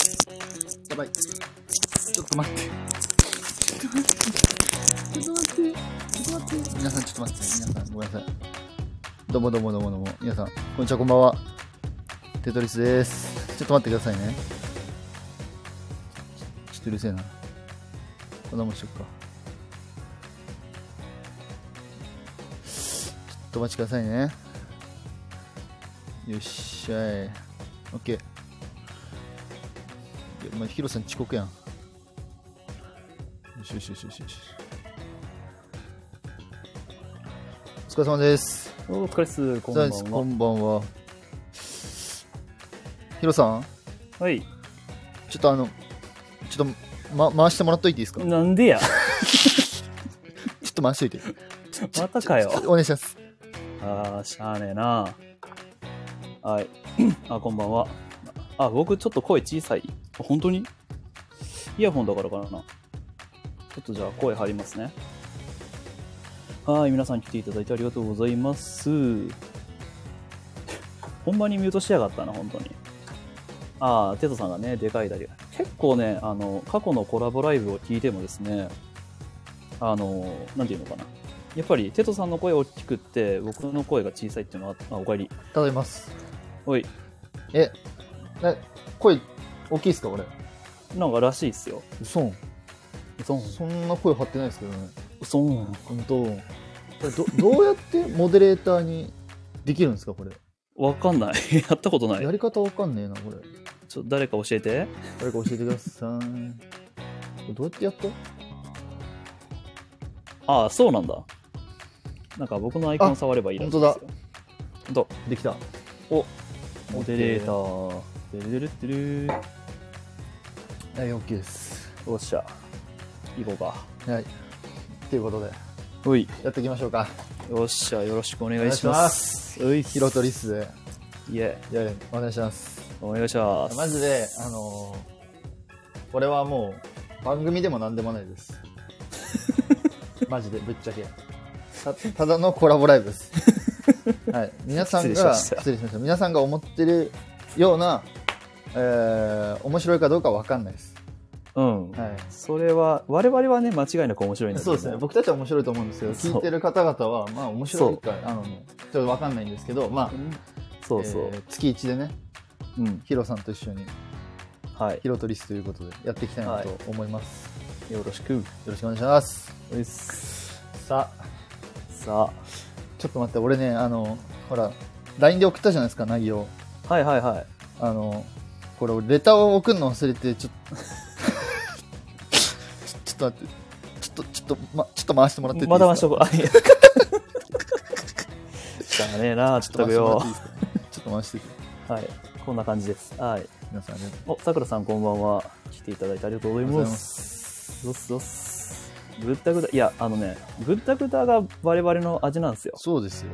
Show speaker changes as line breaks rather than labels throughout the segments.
ばい。ちょっと待って。ちょっと待って。ちょっと待って。ちょっと待って。皆さん、ちょっと待って。皆さん、ごめんなさい。どうもどうもどうもどうも。皆さん、こんにちは、こんばんは。テトリスです。ちょっと待ってくださいね。ちょっとうるせえな。こんなもんしよっか。ちょっとお待ちくださいね。よっしゃい。オッケー。いや、お前、ヒロさん遅刻やん。よしよしよしよしよし。お疲れ様です。
お疲れっす、こん
お疲
ば
れ様
ん
です
は
こ。んばんは。ヒロさん、
はい。
ちょっとあの、ちょっと、ま、回してもらっといていいですかちょ
なんで や
っと回しといて。
またかよ
ちょ。っとお願いします。
あー、しゃあねえな。はい。 あ、こんばんは。あ、僕ちょっと声小さい。あ本当にイヤホンだからかな。ちょっとじゃあ声張りますね。はい、皆さん来ていただいてありがとうございます。 ほんまにミュートしやがったな、本当に。ああ、テトさんがね、でかいだけ。結構ね、あの、過去のコラボライブを聞いてもですね、あの、なんていうのかな。やっぱりテトさんの声大きくって僕の声が小さいっていうのはあおかえり
ただいます。
おい
え、な声、大きいですか、俺。
なんからしいっすよ
そう。
そん
そんな声張ってないですけどね。
そん
本当。どどうやってモデレーターにできるんですかこれ、
わかんない やったことない
やり方わかんねえなこれ
ちょ誰か教えて
誰か教えてくださいこれどうやってやった
ああそうなんだなんか僕のアイコン触ればいいらしいですよ
あ本
ほんと
できた
おモデレーターデルデルデルよ
はい OK です
っしゃ行こうか
はいということで
おい
やっていきましょうか
よっしゃよろしくお願いしますおい
ヒロトリスで
いえ
いやいやお願いします
お願いします
マジであのー、これはもう番組でも何でもないです マジでぶっちゃけたただのコラボライブです はい皆さんが
失礼しました
失礼しました皆さんが思ってるようなえー、面白いかどうかわかんないです、
うん
は
それは我々はね間違いなく面白い
い、
んだけ
そ
ど
うですね僕たちは面白いと思うんですけど
そう
聞いてる方々はまあ面白いかあのねちょっとわかんないんですけどまあ
そうそう、
えー月1でね
うん
ヒロさんと一緒に
はい
ヒロトリスということでやっていきたいなと思います、
よろしく
よろしくお願いします
です
さあ
さ
ちょっと待って俺ねあのほら LINE で送ったじゃないですか内容
あはいはいはい
あのこれ俺レターを送るの忘れてちょっとちょっと待って ちょっとちょっと、ま、ちょっと回してもらっていいです
ま
か
だましょうかあいやしゃあねえなち
ち
ょ
ょ
っ
っと回
と
してもらっ
よ
ていいですかちょっと回してくれ
はいこんな感じですはい
皆さんありがとう
おさくらさんこんばんは来ていただいてありがとうござい
ござ
ま
います
どっすどっすぐったぐだいやあのねぐったぐだが我々の味なんですよ
そうですよ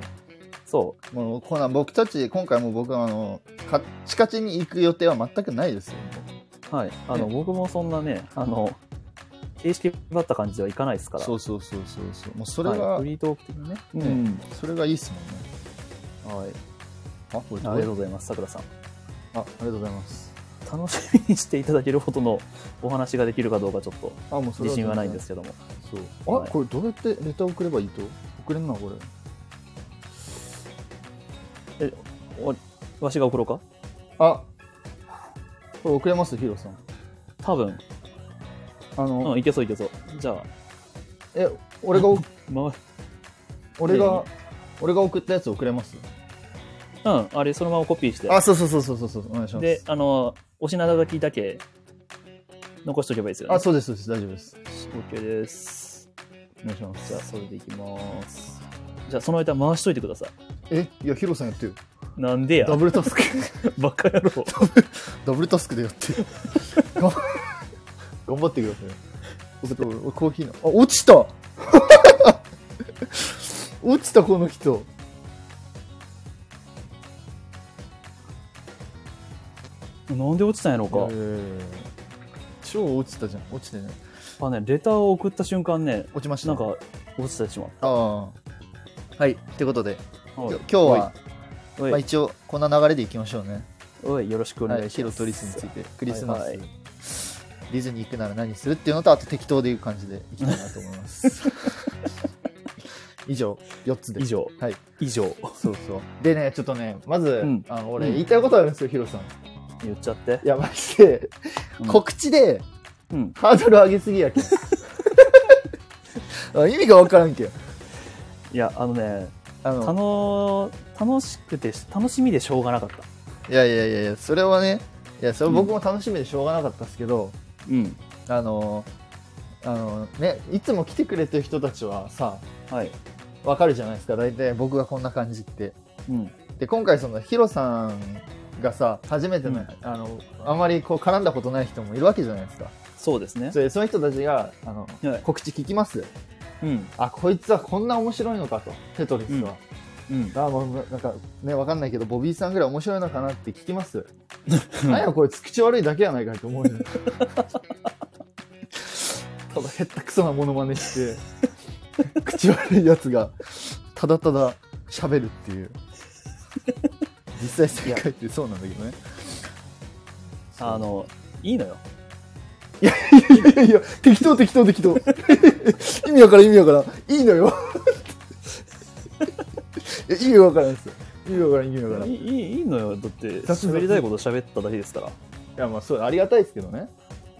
そ
もうこんな僕たち今回も僕はあのカッチカチに行く予定は全くないですよも
うはいあの、僕もそんなねあの形式ばった感じではいかないですか
う
ら
そううそうそうそうそうもうそれが、
い、フリートーク的にねう
ねそれがいいっすもんね
はい、
あこれ
あ
どう
りが
や
と
っ
うございますさくらさん
あありがとうございます
楽しみにしていただけるほどのお話ができるかどうかちょっと
あもうそれ
自信はないんですすけども
そうあ、
はい
これどうやってレター送ればいいと送れんなこれ
おわしが送ろうか
あこれ送れますヒロさん
多分
あの、
うんいけそういけそうじゃあ
え俺 が
ま
俺
いやい
が
や
俺が送ったやつ送れます
うんあれそのままコピーして
あそうそうそうそうそうそうお願いします
であのお品書きだけ残しとけばいいですよね
あそうですそうです大丈夫です
オッケーです
お願いします
じゃあそれでいきますじゃあその間回しといてくださ
えいやヒロさんやってよ
いなんでや
ダブルタス ク
バカ野郎
ダブルタスクでや ってよ頑張ってくださいちょっと俺コーヒーのあ落ち た落ちたこの人
なんで落ちたんやろうかやっ
えー超落ちたじゃん落ちてね
ぱねレターを送った瞬間ね
落ちました
なんか落ちてしまう
ああはいということで
お
き
い
ょ今日は、
おい
まあ、一応こんな流れでいきましょうね
おいよろしくお願いします
ヒロトリスについてクリスマス、
はいは
ディズニー行くなら何するっていうのと、あと適当でいう感じでいきたいなと思い ます。以上、4つで
以
す。
上。
はい。
以上。
そうそう。でね、ちょっとね、まず、
うん
あの俺、
うん
言いたいことあるんですよ、ヒロさん。
言っちゃって。
いや、マジで、
うん
告知で
うん。
ハードル上げすぎや けん。あ意味がわからんけん。
いや、あのね、
あの
たの、楽しくて、楽しみでしょうがなかった。
いやいやいやいや、それはね、いや、それ僕も楽しみでしょうがなかったですけど、
うん。
あの、あのね、いつも来てくれてる人たちはさ、
はい。
わかるじゃないですか、大体僕がこんな感じって。
うん。
で、今回そのヒロさんがさ、初めての、
うん
あの、あまりこう絡んだことない人もいるわけじゃないですか。
そうですね
そ。れでその人たちが、あの、
はい
告知聞きます。
うん。
あ、こいつはこんな面白いのかと、テトリスは。
うん。
あもうなんかね、わかんないけど、ボビーさんぐらい面白いのかなって聞きます。 何やこいつ、口悪いだけやないかいと思 うよ。ただ、へったくそなモノマネして、 口悪いやつが、ただただ喋るっていう。実際世界ってそうなんだけどね。
あの、いいのよ。
いやいやいや、適当適当適当。 意味わからん意味わからん。いいのよ。 いや意味わからんですよ。意味わからん意味わからん。
い
い
いいいいいのよ。だって、
雑
喋りたいこと喋っただけですから。
や、まあ、そう、ありがたいですけどね。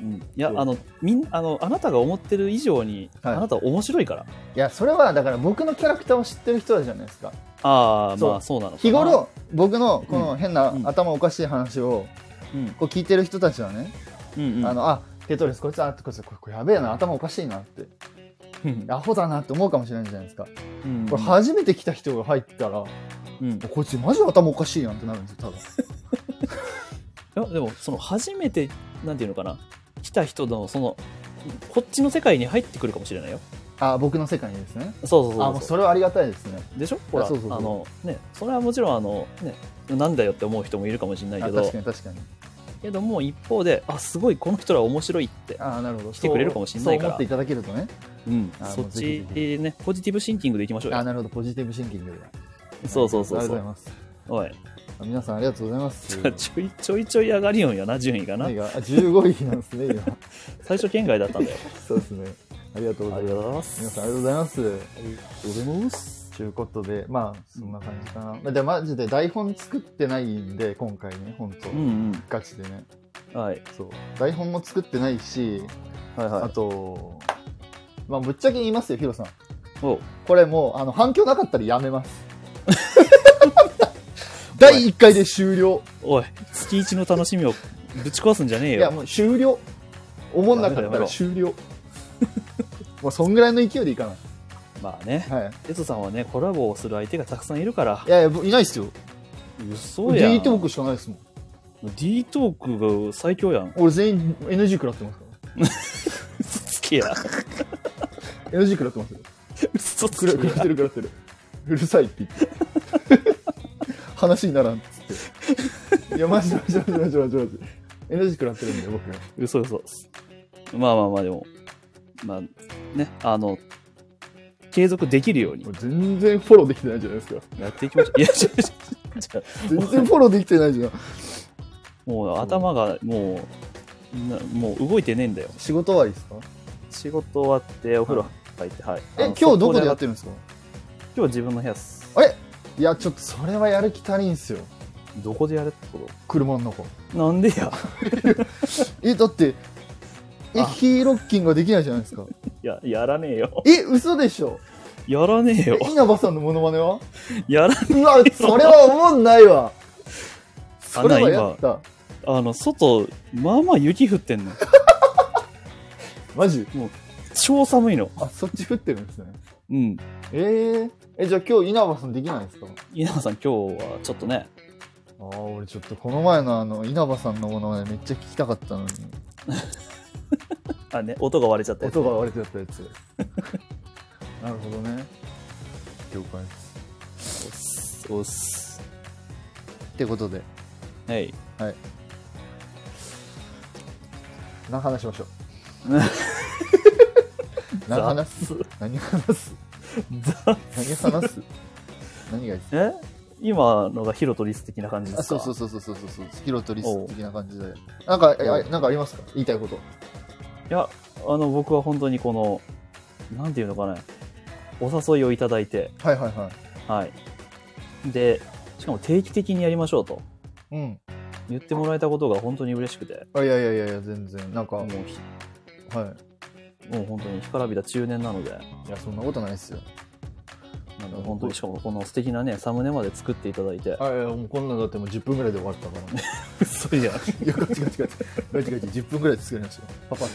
うん。いや、
そう
あの、みん、あの、あなたが思ってる以上に、
はい
あなたは面白いから。
いやそれはだから僕のキャラクターを知ってる人じゃないですか
ああ、
そう
まあ、そうなのかな
日頃僕のこ
う
の
ん
変な
うん
頭おかしい話を
うん。
こう聞いてる人たちはね、
うん。うん
あ、のあテトリスこいつあこいつこれこれやべえな頭おかしいなって
うん。
アホだなって思うかもしれないじゃないですか
うん
これ初めて来た人が入ったら
うん。
こいつマジで頭おかしいやんってなるんですよ多分
いやでもその初めてなんていうのかな来た人のそのこっちの世界に入ってくるかもしれないよ
あ僕の世界にですね
そうそうそう
あもうそれはありがたいですね
でしょほら
あそうそうそう
あのねそれはもちろんあのねなんだよって思う人もいるかもしれない
あ
けど
確かに確かに
けども一方であすごいこの人ら面白いって
あなるほど
来てくれるかもしれないから
そうそう思っていただけるとね
うん
あ
そ
も
っ
うぜ
ち
ひ
ねポジティブシンキングでいきましょう
あ
よ
なるほどポジティブシンキングで
そうそうそう
ありがとうご
そ
ざいうます
おい
皆さんありがとうございます
ちょいちょいちょい上がりよんやな順位がな
何があ15位なんですね、今。
最初圏外だったんだよ
そうですね。ありがとうご
あ
ざい
りが
ま。
とうございますす
皆さんありがとうございます。
ありがとうございます
ということで、まあ、そんな感じかな。まあで、マジで台本作ってないんで、今回ね、本当、
うん
ガチでね。
うんはい
そう。台本も作ってないし、
はい
あ
は
と、まあ、ぶっちゃけ言いますよ、ヒロさん。
いおう
これもう、あの、反響なかったらやめ ます。第1回で終了。
おい、月一の楽しみをぶち壊すんじゃねえ
い
よ。
や、もう終了。思んなかっ
や
た
めろやめ
ら
ろ
終了。 もう、そんぐらいの勢いでいかない。
まあね、
はい。
エトさんはね、コラボをする相手がたくさんいるから
い。やいや、僕いないですよ。
嘘やん。
D トークしかないですもん。
D トークが最強やん。
俺全員 NG 食らってますか
嘘つ けや。
ら。NG 食らってますよ。
嘘つ
食ら食
け
らっ
や
て。る食らってる。うるさいって言って。 話にならんっつって。いや、マジマジマジマジマジマジ。NG 食らってるんで、僕。
嘘嘘。まあまあまあ、でも、まあね、あの、継続できるように
俺全然フォローできてないじゃないですか。
やっていきましょう。いや、ちょちょちょ
全然フォローできてないじゃん。
もう頭がもう、なもう動いてねえんだよ。
仕事終わりですか
仕事終わって、お風呂入って、はい。
え、
あの
今日どこでやっ
速攻上が
てるんですか
今日自分の部屋っす。
えいや、ちょっとそれはやる気足りんすよ。
どこでやるってこと
車の中。
なんでや
え、だって、え、
あ
ヒーロッキングができないじゃないですか。
や、やらねえよ。
え、嘘でしょ
やらねえよ
え。稲葉さんのモノマネは
やら、
うわ、それは思んないわ。それはや
今
っ、た。
あの、外、まあまあ雪降ってんの。
マジ
超寒いの。
あ、そっち降ってるんですね。
うん。
えー、え、じゃあ今日稲葉さんできないんですか
稲葉さん、今日はちょっとね、
ああ、俺ちょっとこの前のあの、稲葉さんのものまでめっちゃ聞きたかったのに、
あ、ね、音が割れちゃって。
音が割れてたや つ。なるほどね。了解です。
そうっす。
ってことで、
はい。
何話しましょ う。何話す何話す
ざ
何話す何がいいです
え今のがヒロとリス的な感じで
あ
す
そ
か
うそうそうそうそうそうヒロとリ
お
ス
う
的な感じでなんかえ
お
あ
う
なんかありますか言いたいこと
いや、あの、僕は本当にこの、なんていうのかな、お誘いをいただいて、
はいはいはい
はい。で、しかも定期的にやりましょうと
うん
言ってもらえたことが本当に嬉しくて、
あいやいやいやいや全然なんか、
もう
は
ひ、
い
もう本当に干からびた中年なので、
いやそんなことないですよ
なんか本当にしかもこの素敵なね、サムネまで作っていただいて、
あいやもうこんなんだってもう10分ぐらいで終わったから
それじゃん。
いや違う違う違う違う違う違う10分ぐらいで作りましたよパパって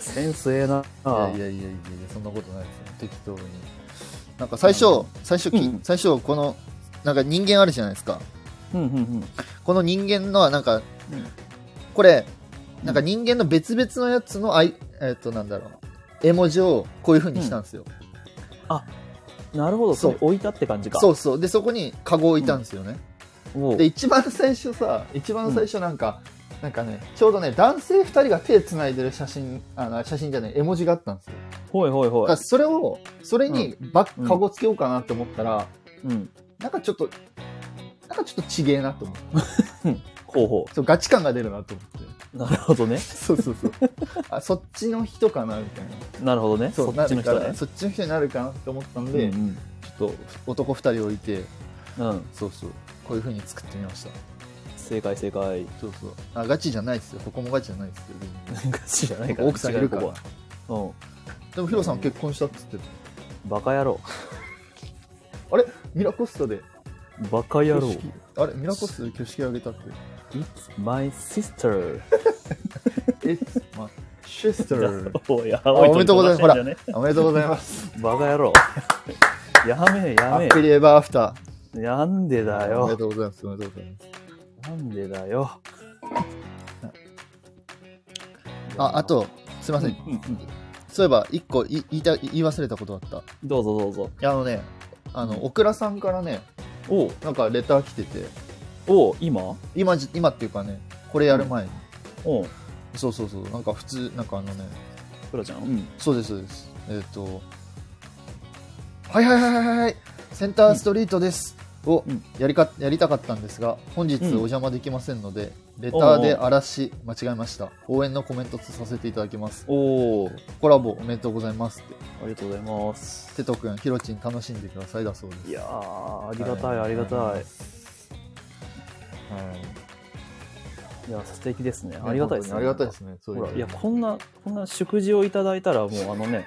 センスええな。あ
いやいやいやいやいやそんなことないですよ適当になんか最初
うん
最初き、
うん
最初このなんか人間あるじゃないですか
うんうんうん。
この人間のなんか、これなんか
うん
人間の別々のやつのあいえっ、となんだろう絵文字をこういう風にしたんですよ、
なるほど、
そ
そうれ置いたって感じか。
そうそうでそこにカゴ置いたんですよね、
おう。
で一番最初さ一番最初なんか、なんかねちょうどね男性2人が手つないでる写真あの写真じゃない絵文字があったんですよ
ほいほい
だ
ほ
から。
い
それをそれにバッ、
うん
カゴつけようかなって思ったら、
うん。
なんかちょっと、なんかちょっとちげえなと思って。
ほうほ
そう、ガチ感が出るなと思って。
う。なるほどね。
そうそう そう。あ、そっちの人かなみたいな。
なるほどね。そっちの人
なるか
ね
ら。そっちの人になるかなって思ったんで、
う
ち
ん
ょっと男二人置いて、
うん。うん。
そうそう。こういう風に作ってみました。
正解正解。
そうそう。あ、ガチじゃないですよ。ここもガチじゃないですよ。全然
おかしいじゃないから。
奥さんいるから
違う。ここは
でもヒロさん結婚したっつってた、
うん。バカ野郎。
ミラコスタで
バカ野
挙
郎。
式、あれミラコスタで挙式あげたって。
It's my sister.
え、まあ、シェスター。
おや
おめでとうございます
お飛ばしてんじゃね
おめでとうございます。
バカ野郎。やめえ
ハ
やめ
ッピリエバーアフタ
え。なんでだ
ー。おめでとう
よ。
ございます。おめでとうございます。
なんでだよ。
あ、あ、と、すいま
うん
せ。
うんん
そういえば、一個い言いた、言い忘れたことあった。い
どうぞどうぞ。
や、あのね、あの、オクラさんからね、
おう
なんかレター来てて、
おう今
今じ、今っていうかね、これやる前に。
おう
そうそうそう、なんか普通、なんかあのね、
プラちゃんうん。
そうです、そうです。えっ、と、はいはいはいはいはい、センターストリートです。を
うん
やりかやりたかったんですが本日
うん
お邪魔できませんので、レターで嵐間違えました応援のコメントとさせていただきます
おう
コラボおめでとうございますって
ありがとうございます。
テト君ヒロチン楽しんでくださいだそうです
いやー、ありがたい、ありがたい。いや、素敵ですね。ありがたいですね。
ありがたいですね。そう
ほ
う
ら、
う
いや、こんな、こんな祝辞をいただいたら、もう、あの ね、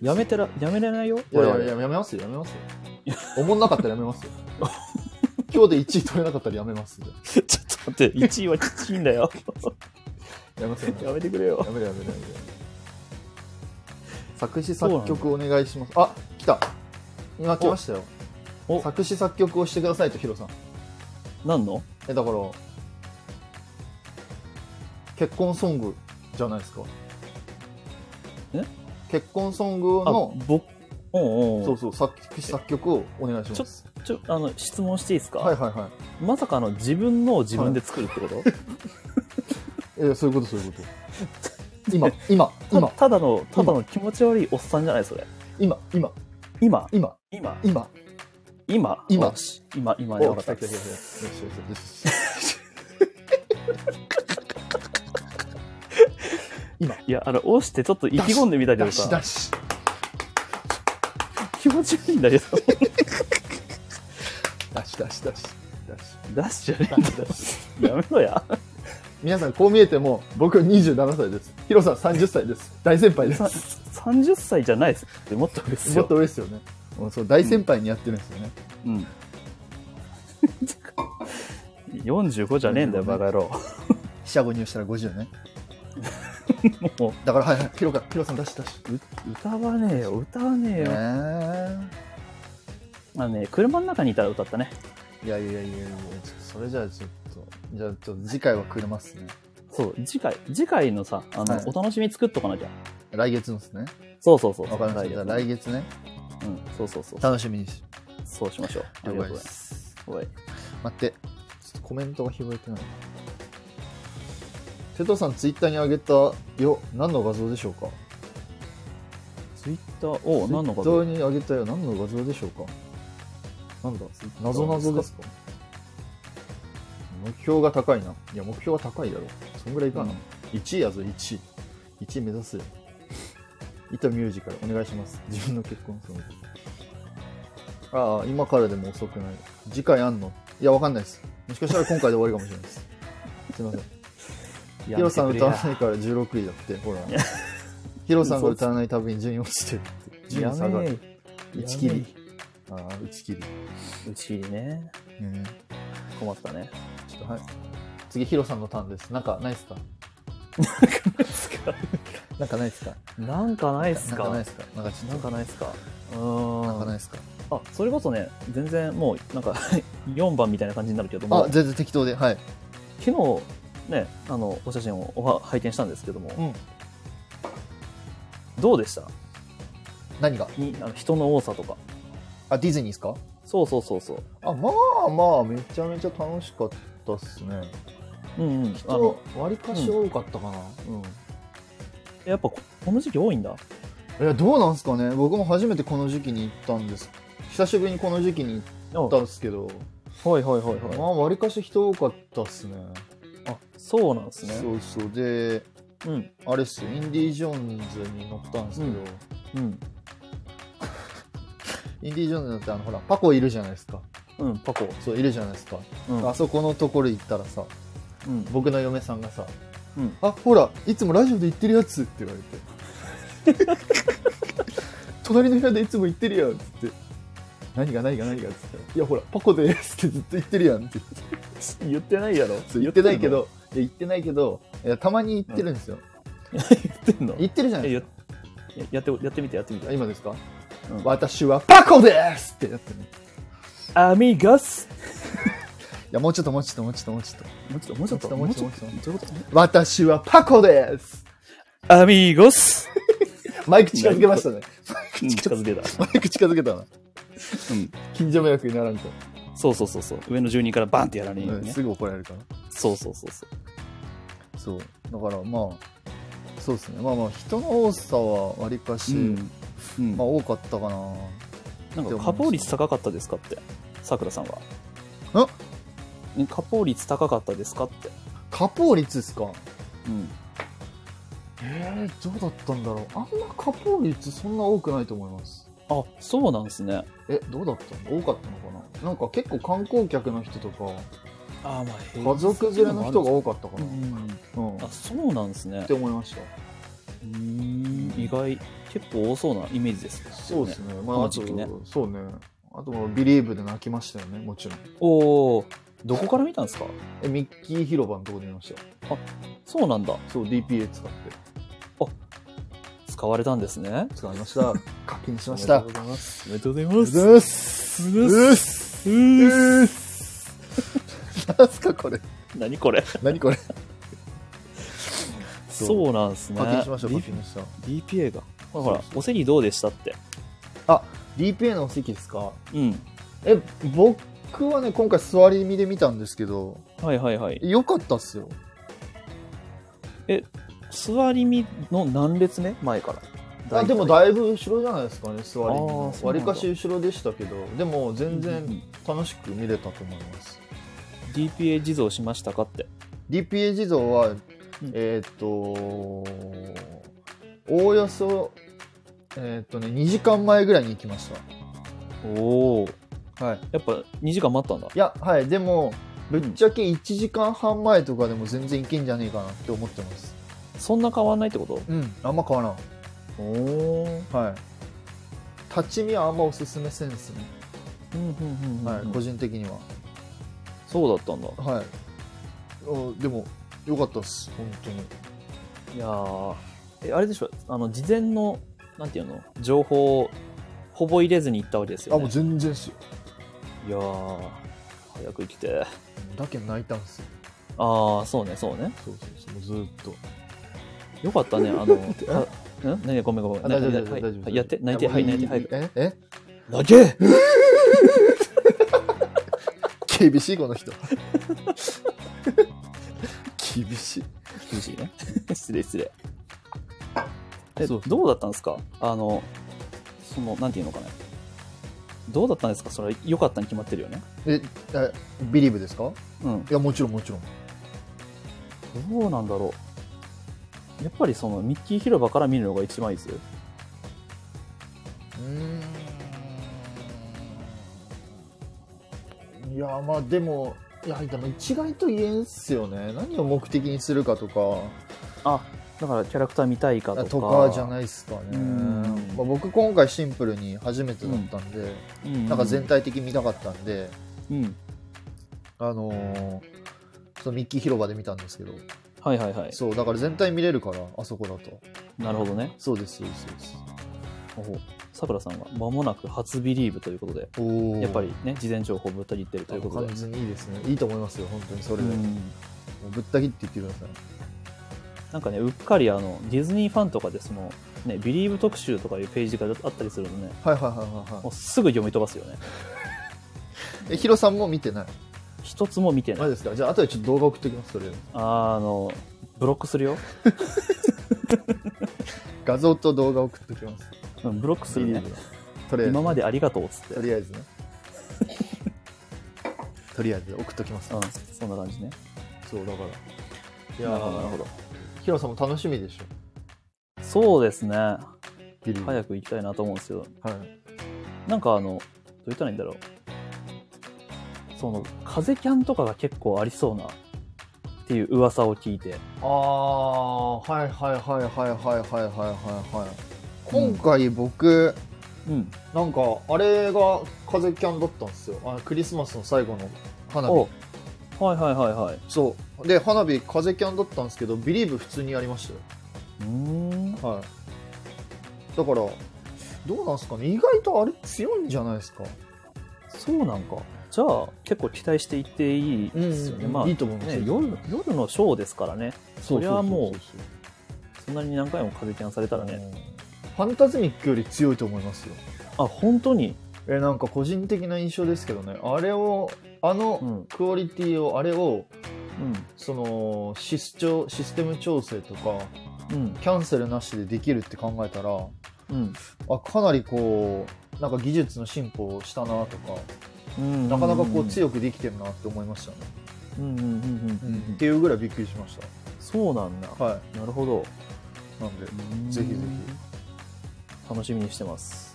やめてら、やめれないよ。
いやい
我
や
々
いや、やめますよ、やめますよ。おもんなかったらやめ ますよ。今日で1位取れなかったらやめますよ。
ちょっと待って、1位はきちいんだよ。
やめますよ、
や
や
めてくれよ。
めるやめるやめる。作詞作曲お願いします。あ、来た。今来ましたよ。
おお
作詞作曲をしてくださいと、ヒロさん。
何の
え、だから、結婚ソングじゃないですか。
え
結婚ソング
あ、
の、
僕、うんうん。
そうそう、作詞作曲をお願いし
ちょ
ます。、
ちょ、あの、質問していいですか、
はいはいはい。
まさかの自分のを自分で作るってこと、
えそういうことそういうこと 今今今
たただの、ただの気持ち悪いおっさんじゃない、それ。
今今
今、
今
今、
今
今、
今
よし今、今、
お
よ
来
か
た
っ
来た来た来たよ
た。
しよしよしよし
いや、あの、押してちょっと意気込んでみたけど
出し
さ
出、し
気持ち悪いんだけど、
出し出し出し出し
出しちゃねえん
出し
だよ
出し
やめろや。
皆さんこう見えても僕は27歳ですヒロさん30歳です大先輩です
さ30歳じゃないですってもっと上です
もっ
よ
と。上ですよねもうそう大先輩にやってるんですよね、
うん。45じゃねえんだよ、
45
バカ野郎。
四捨五入したら50ね
も
だからはいはいヒロかヒロさん出し出し
う、う歌わねえよ、歌わねえ
え
よ。あのね、車の中にいたら歌ったね。
いやいやいやいやちょっとそれじゃあちょっとじゃあちょっと次回はくれますね
そう、次回、次回のさ、あの、
はい
お楽しみ作っとかなきゃ。
来月のですね
そうそうそう。
わかりましたじゃあ来
来
月ね
月うん、そうそうそう。
楽しみにし
そうしましょう。あり
了解で
がとうございます。
す
おい。
待ってちょっとコメントが拾えてないなテトさんツイッターに上げたよ何の画像でしょうか
ツイッター、おう何の画
ツイッ
像
ターに上げたよ何の画像でしょうかなんだ謎々ですか目標が高いな。いや、目標は高いだろ。そんぐらいいかな。
うん
1位やぞ、1位。1位目指すよ。糸ミュージカル、お願いします。自分の結婚相談。ああ、今からでも遅くない。次回あんのいや、わかんないです。もしかしたら今回で終わりかもしれないです。すいません。ヒロさん歌わないから16位だって、ほら。ヒロさんが歌わないたびに順位落ちてるって。順位下がる。打ち切り。ああ、打ち切り。
打ち切りね
ね
困っ たね
ちょっとはい。次、ヒロさんのターンです。なんかないですかなんかないですか
なんかないっす
なんか
か
ない
な
ですかなんかちょっ
ん
と
かないっすかう
なんか
ー
ない
ん
ですか
あそれこそね全然もうなんか 4番みたいな感じになるけども
あ、全然適当で。はい。
昨日ねあのお写真をおは拝見したんですけども、
うん
どうでした
何が
にあの人の多さとか
あ、ディズニーですか
そうそうそうそう
あ、まあまあ、めちゃめちゃ楽しかったっすね。
うんうんあ
人
の、
割かし多かったかな。うん。
やっぱここの時期多いんだ
いや、どうなんすかね僕も初めてこの時期に行ったんです。久しぶりにこの時期に行
お
ったんですけど、
はいはいはい
ま
は
あ、割かし人多かったっすね。
いあそうなんで
そ
すね
うそう。で、
うん
あれっすよ、インディ・ジョーンズに乗ったんですけど、
うんうん
インディ・ジョーンズってあの、ほら、パコいるじゃないですか。
うんパコ
そう、いるじゃないですか。
うん
あそこのところ行ったらさ、
うん
僕の嫁さんがさ、
うん
あ、ほら、いつもラジオで言ってるやつって言われて。 隣の部屋でいつも言ってるやんっつって。何が何が何がっつって。いや、ほら、パコですってずっと言ってるやんって言って
言ってないやろ
そう言ってないけど、いや、言ってないけど、いや、たまに言ってるんですよ。
言ってんの
言ってるじゃない
え
で
や
すか。
やってやってみてやってみて
あ今ですか、
うん
私はパコですってやってる。
アミガス
いや、もうちょっともうちょっともうちょっともうちょっと。
もうちょっともうちょっと
もうちょっと
もうちょっとどういうこ
私はパコです
とアミゴ ス
マイク近づけましたね。
近づけた
マイク近づけたな。
うん
近所迷惑にならんと。
そうそうそうそう上の住人からバンってやられるよ
うん
ね
すぐ怒られるか
そうそうそうそう
ら。そう。だからまあ、そうですね。まあまあ、人の多さはわりかし、
うん
まあ多かったかな。
なんか加工率高かったですかってさくらさんは
あ
ん加工率高かったですかって
加工率ですか
うん
えー、どうだったんだろう。あんま加工率そんな多くないと思います。
あそうなんですね
え、どうだったの多かったのかななんか結構観光客の人とか、
あまあ
家族連れの人が多かったか
う
な。
ん
うん。っ
あそうなんですね
て思いました。
うん意外結構多そうなイメージです
そうですね。ま
こ
あ、
の
あと
時期ね、
そうね。あと、ビリーブで泣きましたよね、もちろん。
おおどこから見たんですか
え、ミッキー広場のとこで見ましたよ。
そうなんだ
そう、DPA 使って。
使われたんですね
使いま した。課金しました。
お
う
めでとうございますおめでとうございま
っ
す
すうっす
うっす
うっす
う
う
ー
っす何すかこれ。
何これ
何これ。
そううなんですね
課金しました、課金し
D-
ました。
DPA がほらほら
そうそう
お席どうでしたって
DPA のお席ですか
うん
え、僕はね、今回座り見で見たんですけど、
はいはいはい
良かったっすよ。
座り身の何列目前から
あでもだいぶ後ろじゃないですかね、座り
あーそうなん
の。
だ
わりかし後ろでしたけど、でも全
うんう
然
ん
楽しく見れたと思います。
DPA 地蔵しましたかって
DPA 地蔵は、
ん
えーっとおおよそえーっとね2時間前ぐらいに行きまし
おお
たはい
やっぱ2時間待ったんだ
いやはいでもぶ
う
っ
ん
ちゃけ1時間半前とかでも全然行けんじゃねえかなって思ってます
そんな変わんないってこと
うんあんま変わ
おお
らんはい立ち見はあんまおすすめせんですね、
うんうんうんうん、
はい個人的には
そうだったんだ
はいおでもよかったっす本当に
いやーえあれでしょあの事前のなんていうの情報をほぼ入れずに行ったわけです
あ
よ、
もう
ね、
全然っすよ
いやー早く来て
だけど泣いたんすよ
ああそうねそうね
そうそうそうもうずーっと
よかったねあのあん何ごめんごめん
あ大丈夫
な
大丈夫大丈
なはいは
夫
いやって泣いて
あも
は
う
い泣いてはい
ええ
泣け
厳しいこの 人厳しい
厳しいね 失礼失礼え
そうそう
どうだったんですかあのそのなんていうのかねどうだったんですかそれ良かったに決まってるよね
え、え、ビリーブですか
うん
いや、もちろんもちろん。
どうなんだろうやっぱりそのミッキー広場から見るのが一番いいですよ
うーんいやまあでもいやでも一概と言えんっすよね何を目的にするかとか
あだからキャラクター見たいかと
と
か
かじゃ
い、
ないっすかね、
うん
まあ、僕今回シンプルに初めてだったんで、
う
なんか全体的に見たかったんで、
うん
あのーそのミッキー広場で見たんですけど
はいはいはい
そうだから全体見れるからあそこだと
なるほどね
そうですそうですそうです
さくらさんは間もなく初ビリーブということで
おー
やっぱりね事前情報ぶった切ってるということ
完
で
全にいいですねいいと思いますよ本当にそれ
う
で、も
ん
うぶった切って言ってください
なんかねうっかりあのディズニーファンとかでその、ね、ビリーブ特集とかいうページがあったりするのね
はいはいはいはいはい
もうすぐ読み飛ばすよね
え、ヒロさんも見てない。
一つも見て
マ
ない
ジですかじゃあ、後でちょっと動画送ってきます、それ。
あのブロックするよ
画像と動画送ってきます。
うんブロックするね
ビリーブとりあえず。
今までありがとうっつって
とりあえずね。とりあえず、送っときます。
うん、そんな感じね。
そう、だから。い
なるほど、なるほ
や
ど。
ヒロさんも楽しみでしょ。
そうですね。
ビリーブ
早く行きたいなと思うんですけど、
はい。
なんかあの、どう言ったらいいんだろう。その、風キャンとかが結構ありそうなっていう噂を聞いて。
ああ、はいはいはいはいはいはいはいはいはい。今回僕、
うん。
なんか、あれが風キャンだったんですよ。あクリスマスの最後の花火
お。はいはいはいはい。
そう。で、花火風キャンだったんですけど、ビリーブ普通にやりましたよ。
うーん。
はい。だから、どうなんすかね、意外とあれ強いんじゃないですか。
そうなんか。じゃあ、結構期待していっていいですよね。まあ、
い
ね
いと思いますよ。
夜夜のショーですからね。
そ
そりゃもう
う
そんなに何回も風キャンされたら
そうそう
ね。
ファンタズミックより強いと思いますよ。
あ、本当に。
え、なんか個人的な印象ですけどね、あれを、あ
う
の
ん
クオリティを、あれを、
う
そのシス調、システム調整とか、
ん。うん。
キャンセルなしでできるって考えたら、
うん。
あかなりこう、なんか技術の進歩をしたなとか、
うん
なかなかこう強くできてるなって思いましたね。
うんうんうんうんうんうん
っていうぐらいびっくりしまし
そうなんだ、
た。は
なるほど
い。なんで、ぜひ
ぜ
ぜ
ひ楽しみにしてます、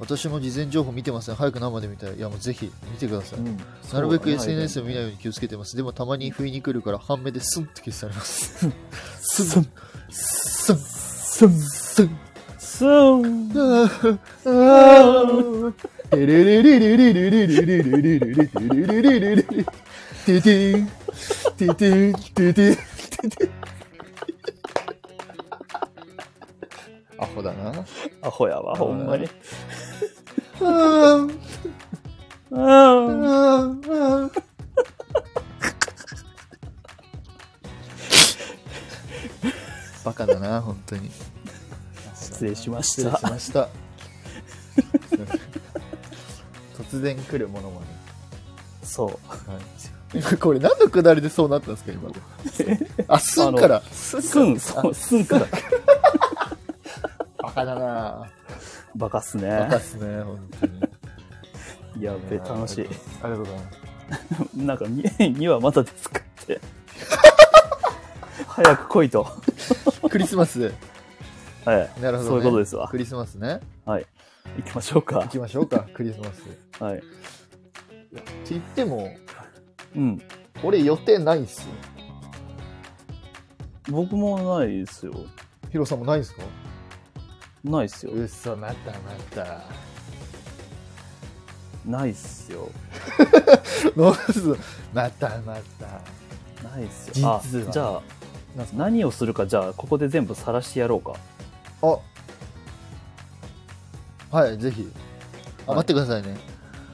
私も事前情報見てません。早く生で見たい。いや、もうぜひ見てください。
ん
なるべく SNS を見ないように気をつけてます。でもたまに不意に来るから、半目でスンって消され ます。スン、スン、スン、スン。
す
あ
ん
ーあーテレレレレレレレレレレレレレレレレレレレテテンテテンテテンテテンアホだな。
アホやわほんまに
あー
うん
あーあーバカだな、本当に。
失礼しまし
失礼
た
しました。突然来るものまで。
そう
今これ何のくだりでそうなったんですか今あすんから
すんそうすんから
バカだな
バカっす
バカ
ね
っすね本当に
やべ楽しい
ありがとうございます
なんかににはまだですかって 早く来いと
クリスマス
はい
なるほど、ね、
そういうことですわ
クリスマスね
はい行きましょう
行
か
きましょうかクリスマスって
はい
言っても
うん
俺予定ないっすよ
僕もないですよ
ヒロさんもないんすか
ないですよ
嘘またま た
ないっすよ
ノースまたまた
ないっすよ
実は
あじゃあ
なんすか
何をするかじゃあここで全部晒してやろうか
あはいぜひあ
はい
待ってくださいね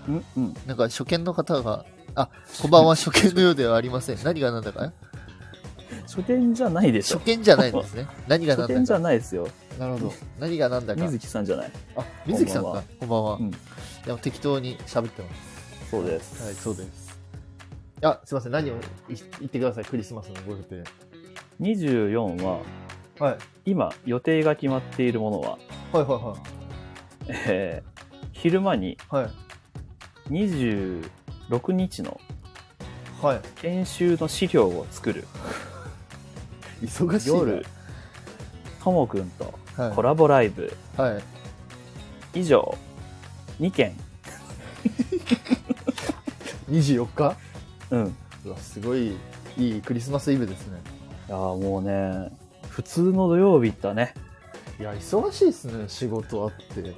うんうん
なんか初見の方があこん ばんは初見のようではありません何が何だか
書店じゃないでし
初
ょ
見じゃないんです ね。何が
書
何
店じ
だ
ゃ
か。
ないですよ
なるほど。何が何だか。
水木さんじゃない
あ、水木さん
こんば
か
んは。
こんばんは。
うん
いや、適当に喋ってま。
そうですす、
はい、そうです。あ、すいません。何をい言ってください。クリスマスのご予定。
24は
はい。
今予定が決まっているものは、
はいはいはい。
えー昼間に
はい
26日の
はい
研修の資料を作る
忙しいな
夜ともくんと
はい
コラボライブ、
はい
以上2件
24日
うんいう
わすごいいいクリスマスイブですね
やーもうね普通の土曜日だね
いや忙しいですね仕事あって
い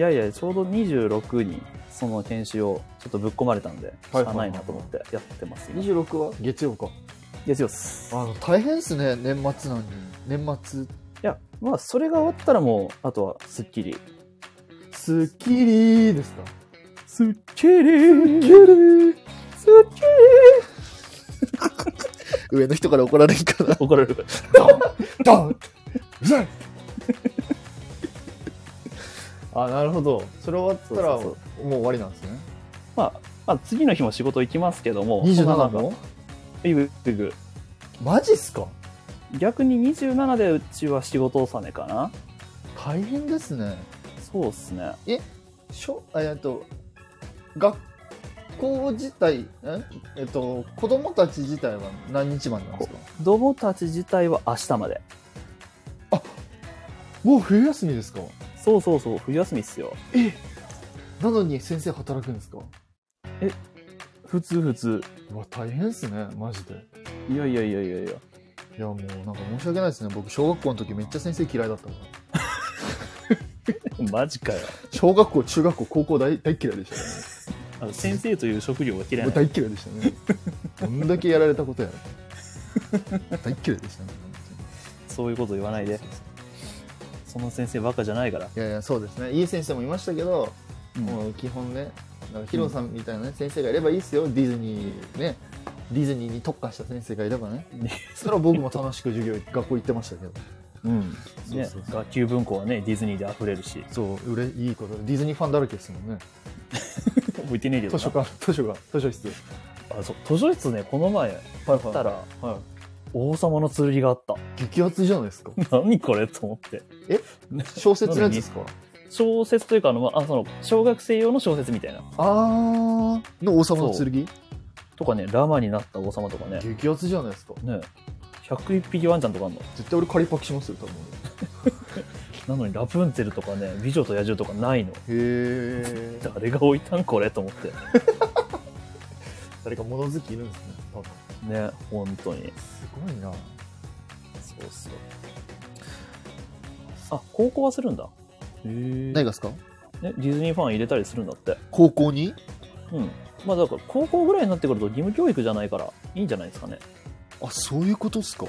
やいやちょうど26にその研修をちょっとぶっ込まれたんでし
は
ゃ
い
あないなと思ってやってます今
26は月曜か
ですよっす
あの大変ですね年末なのに年末
いやまあそれが終わったらもうあとはすっきり
スッキリですか
すっきり
リ
すっきり
上の人から怒られるから
怒られる
ドンうざいあなるほどそれ終わったら
そうそう
もう終わりなんですね
まあ、まあ、次の日も仕事行きますけどもそんな
27
中
も
いぐいぐ
マジっすか
逆に27でうちは仕事納めかな
大変ですね
そうっすね
しょえっと学校自体ええっと子供たち自体は何日までなんですか
子供たち自体は明日まで
もう冬休みですか
そうそうそう冬休みっすよ
なのに先生働くんですか
普通普通
うわ大変ですねマジで
いやいやいや いやいや
いやもうなんか申し訳ないですね僕小学校の時めっちゃ先生嫌いだったから
マジかよ
小学校中学校高校大大嫌いでしたね
あの先生という職業が嫌い
もう
なの
大嫌いでしたねどんだけやられたことやら 大嫌いでしたね
そういうこと言わないでその先生バカじゃないから、
いやいやそうですねいい先生もいましたけど、
もう
もう基本ねなんかヒロさんみたいな、ね先生がいればいいですよディズニーねディズニーに特化した先生がいればね
ね
それは僕も楽しく授業学校行ってましたけど
うん
そう
ね
そうそう
学級文庫はねディズニーで溢れるし
そううれいいことディズニーファンだらけですもんね
置いてねえけど
図
な
書館図書館図書室
あそう図書室ねこの前
はい
行ったら
は
王様の剣があった
い、激アツじゃないですか
何これと思って
小説のやつですか
小説というかあの、まあ、その小学生用の小説みたいな
あーの王様の
そう
剣
とかねラマになった王様とかね
激アツじゃないですか
ね101匹ワンちゃんとかあんの
絶対俺仮パクしますよ多分俺
なのにラプンツェルとかね美女と野獣とかないの
へえ
誰が置いたんこれと思って
誰か物好きいるんですね多分
ね本当に
すごいな
そうっすよあ高校はするんだへえ、
何がですか
ね、ディズニーファン入れたりするんだって
高校に
うんまあだから高校ぐらいになってくると義務教育じゃないからいいんじゃないですかね
あそういうことっすか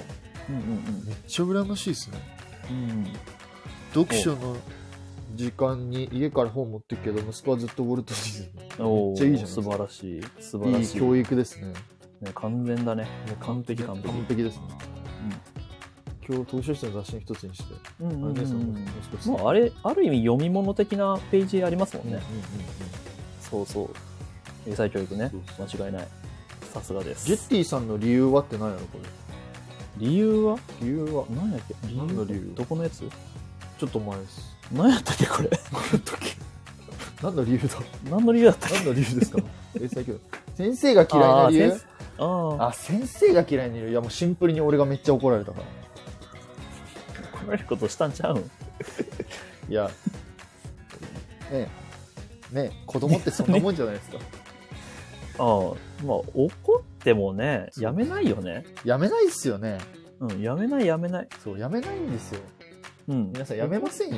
うんうん
めっちゃ羨ましいですね
うんうん
読書の時間に家から本持ってくけど息子はずっとウォルト・ディズニ
お
めっ
お
ちゃいいじゃん
素晴らしい素晴
ー
ら
いい
しい
教育ですね
ね、完全だね完璧完璧
完璧ですね今日図書室の雑誌の一つにして
うんうん
あれ
うん
ですよ
うん
もう少し
もうあれある意味読み物的なページありますもん
う
ね、
んうんうんうん
そうそう英才教育ね
そうそ
間違いないさすがです
ジェッティさんの理由はって何やろこれ
理由は
理由は
何やっけ理
何の理由
どこのやつ
ちょっと前です
何やったっけこれ
何の理由だ
何の理由だったっけ
何の理由ですか英才教育先生が嫌いな理
あー
由
先あー
あ先生が嫌いにいるいやもうシンプルに俺がめっちゃ怒られたから
怒られることしたんちゃうん
いやねえねえ子供ってそんなもんじゃないですか、
あーまあ怒ってもねやめないよね
やめないっすよね
うんやめないやめない
そうやめないんですよ
うん
皆さんやめませんよ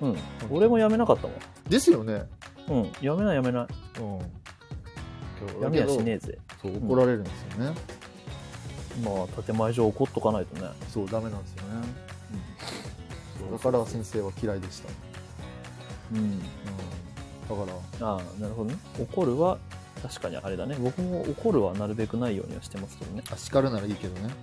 うん俺もやめなかったもん
ですよね
うんやめないやめな
うん
いやめやしねえぜ
そう怒られるんですよね、
まあ建前上怒っとかないとね
そうダメなんですよねだから先生は嫌いでした、
うん
うん、だから
ああなるほどね怒るは確かにあれだね僕も怒るはなるべくないようにはしてますけどね
あ叱るならいいけどね、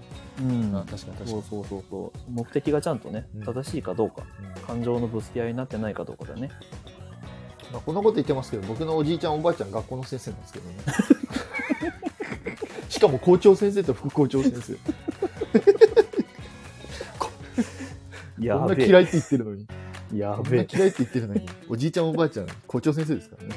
うん
あ確かに確かに
そうそうそうそう目的がちゃんとね
うん
正しいかどうか、
うん
感情のぶつけ合いになってないかどうかだね
まあ、こんなこと言ってますけど僕のおじいちゃんおばあちゃん学校の先生なんですけ どねしかも校長先生と副校長先生
い
こんな
べえ
嫌いって言ってるのに
や
こんな
べえ、
嫌いって言ってるのに、おじいちゃんおばあちゃん、校長先生ですからね。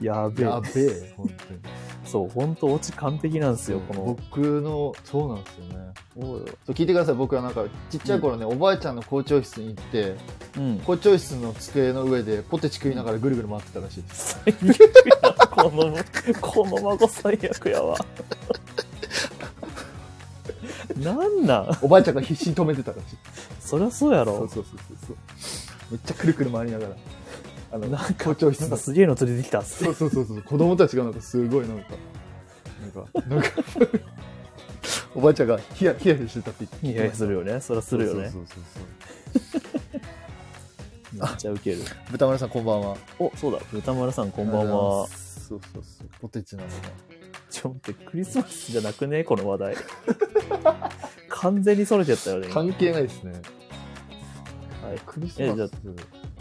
やべえ。
やべえ、本当に。
そう、ほんとオチ完璧なんですよ、この。
僕のそうなんですよねそう聞いてください僕はなんかちっちゃい頃ね、おばあちゃんの校長室に行って
うん。
校長室の机の上でポテチ食いながらぐるぐる回ってたらしいです
最悪や、この、この孫最悪やわ。なんなん
おばあちゃんが必死に止めてたらしい
そりゃそうや
そうそ
ろ。
うそうそうそうめっちゃくるくる回りながらあの
なん
校長室
なん
の
か
そ
すげえの連れてきた。
うそうそうそう子供たちがなんかすごいなんかなんかなんかおばあちゃんがヒヤヒヤヒヤしてたって言って
いやいや、するよね。そりゃするよね
そ。うそうそう
めっちゃウケる。
そう豚丸さんこんばんは
お、そうだ。歌丸さん、こんば
あり
ん
がとうござい
は
ま。すそうそうそうポテチなのね
ちょっと待って、クリスマスじゃなくねこの 話題。完全にそれてったよね。今
関係ないですね
はい。
クリス
え
マス
じゃあ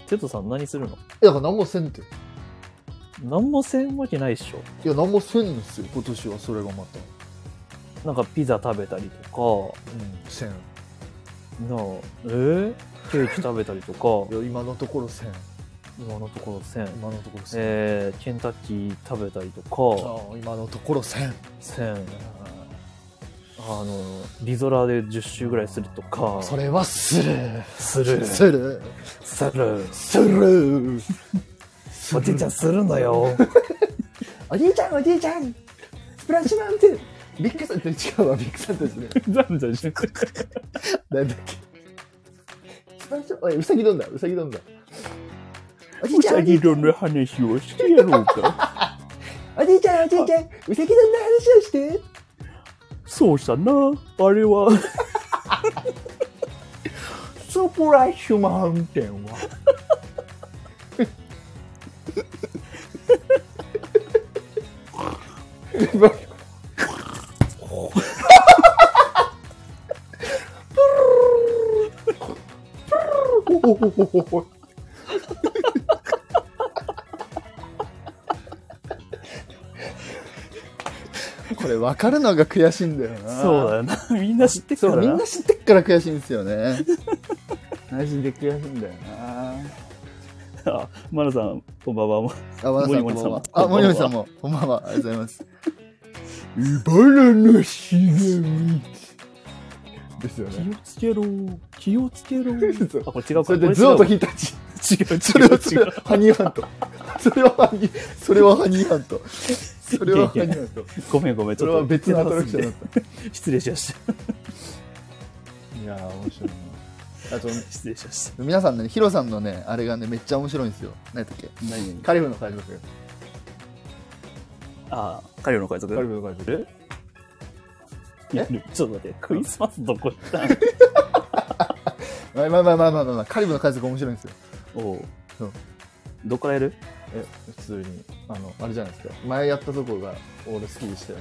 テトさん何するの
いや、だから何もせんって。い
何もせんわけないっしょ。
や、何もせんんですよ、今年は、それがまた。
なんかピザ食べたりと
うん、せん。い
か、なあ、えー、ケーキ食べたりとか、
や、今のところせん。
今のところせん。
今のところせん。
えー、ケンタッキー食べたりとか、
ああ今のところせん。
せん。あの、リゾラで10周ぐらいするとか、
それはする。
する。
する。
する。
する。
おじいちゃんするのよ。
おじいちゃん、おじいちゃん。スプラッシュマウンテン。ビッグさんって違うわ、ビッグさんたちね。
なんだよ
なんだっけ。スプラッシュ、おい、うさぎどんだ、うさぎどんだ。おじいちゃん、おじいち
色の話をしてやろうか。
ゃん、おじいちゃん、うさぎどんの話をして。
そうしたな。あれは。
スプラッシュマウンテンは。これ分かるのが悔しいんだよな。
そうだよな。みんな知ってっか
そう、み
ら
ん
な
な。知ってっから悔しいんですよ ね。マジで悔しいんだよな。
あマナさん、こんばんは。
あ、和田さん、
森
こ
森
んばんは。
さん
あ、
も
森森さんも、こんばんは。ありがとうございます。茨のしがみ。ですよ
気
ね。
をつけろ。気をつけろ。
そう
あ、これ違うか。
それで、
こ
ズオと
違う
ヒタチ。
違う違う。
それは、それ
違う
は、ハニーハント。それは、ハニー、それはハニーハント。それは、ハニーハント。
ごめんごめん。
それは別のアトラクションだっ
失礼しました。
た。いやー、面白いな。あと、
失礼しまし
皆さんね、ヒロさんのね、あれがね、めっちゃ面白いんですよ。何やったっけ
た。何
カリフの海賊。
あ、カリオの海賊
カリフの海賊。
いやちょっと待って、クリスマスどこ行ったん
まあまあまあまあまあまあ、カリブの海賊面白いんですよ。
おう
そう
どっからやる
え、普通に。あの、あれじゃないですか。前やったとこが俺好きでしたよ。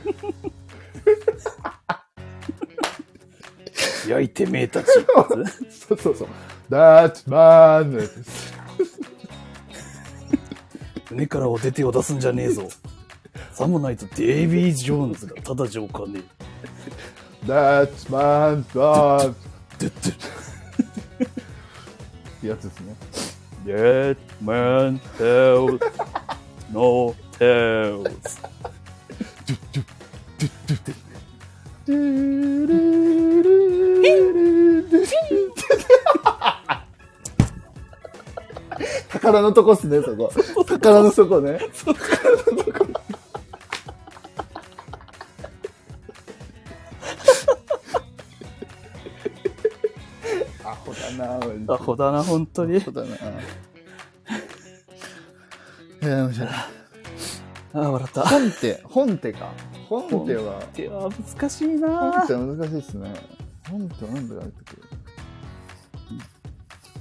焼いてめえたち。
そうそうそう。ダーチマンのやつです。
胸からお手手を出すんじゃねえ ぞ。サムナイト・デイビー・ジョーンズがただじゃおかねえ。
ダーチマンダーチ
ドゥドゥ
ってやつですね。
Dead man tells no tales.
ドゥルルルルルル 宝のとこっすね、そこ。宝の底ね。宝の底。 アホだなマジで
アホだな、本当に
そ。うだな。いや、面白い。
あー、笑った。
本手、本手か。本手は、
では、難しい
本
な
手。は難しいですね。本手はなんだかあれだっけ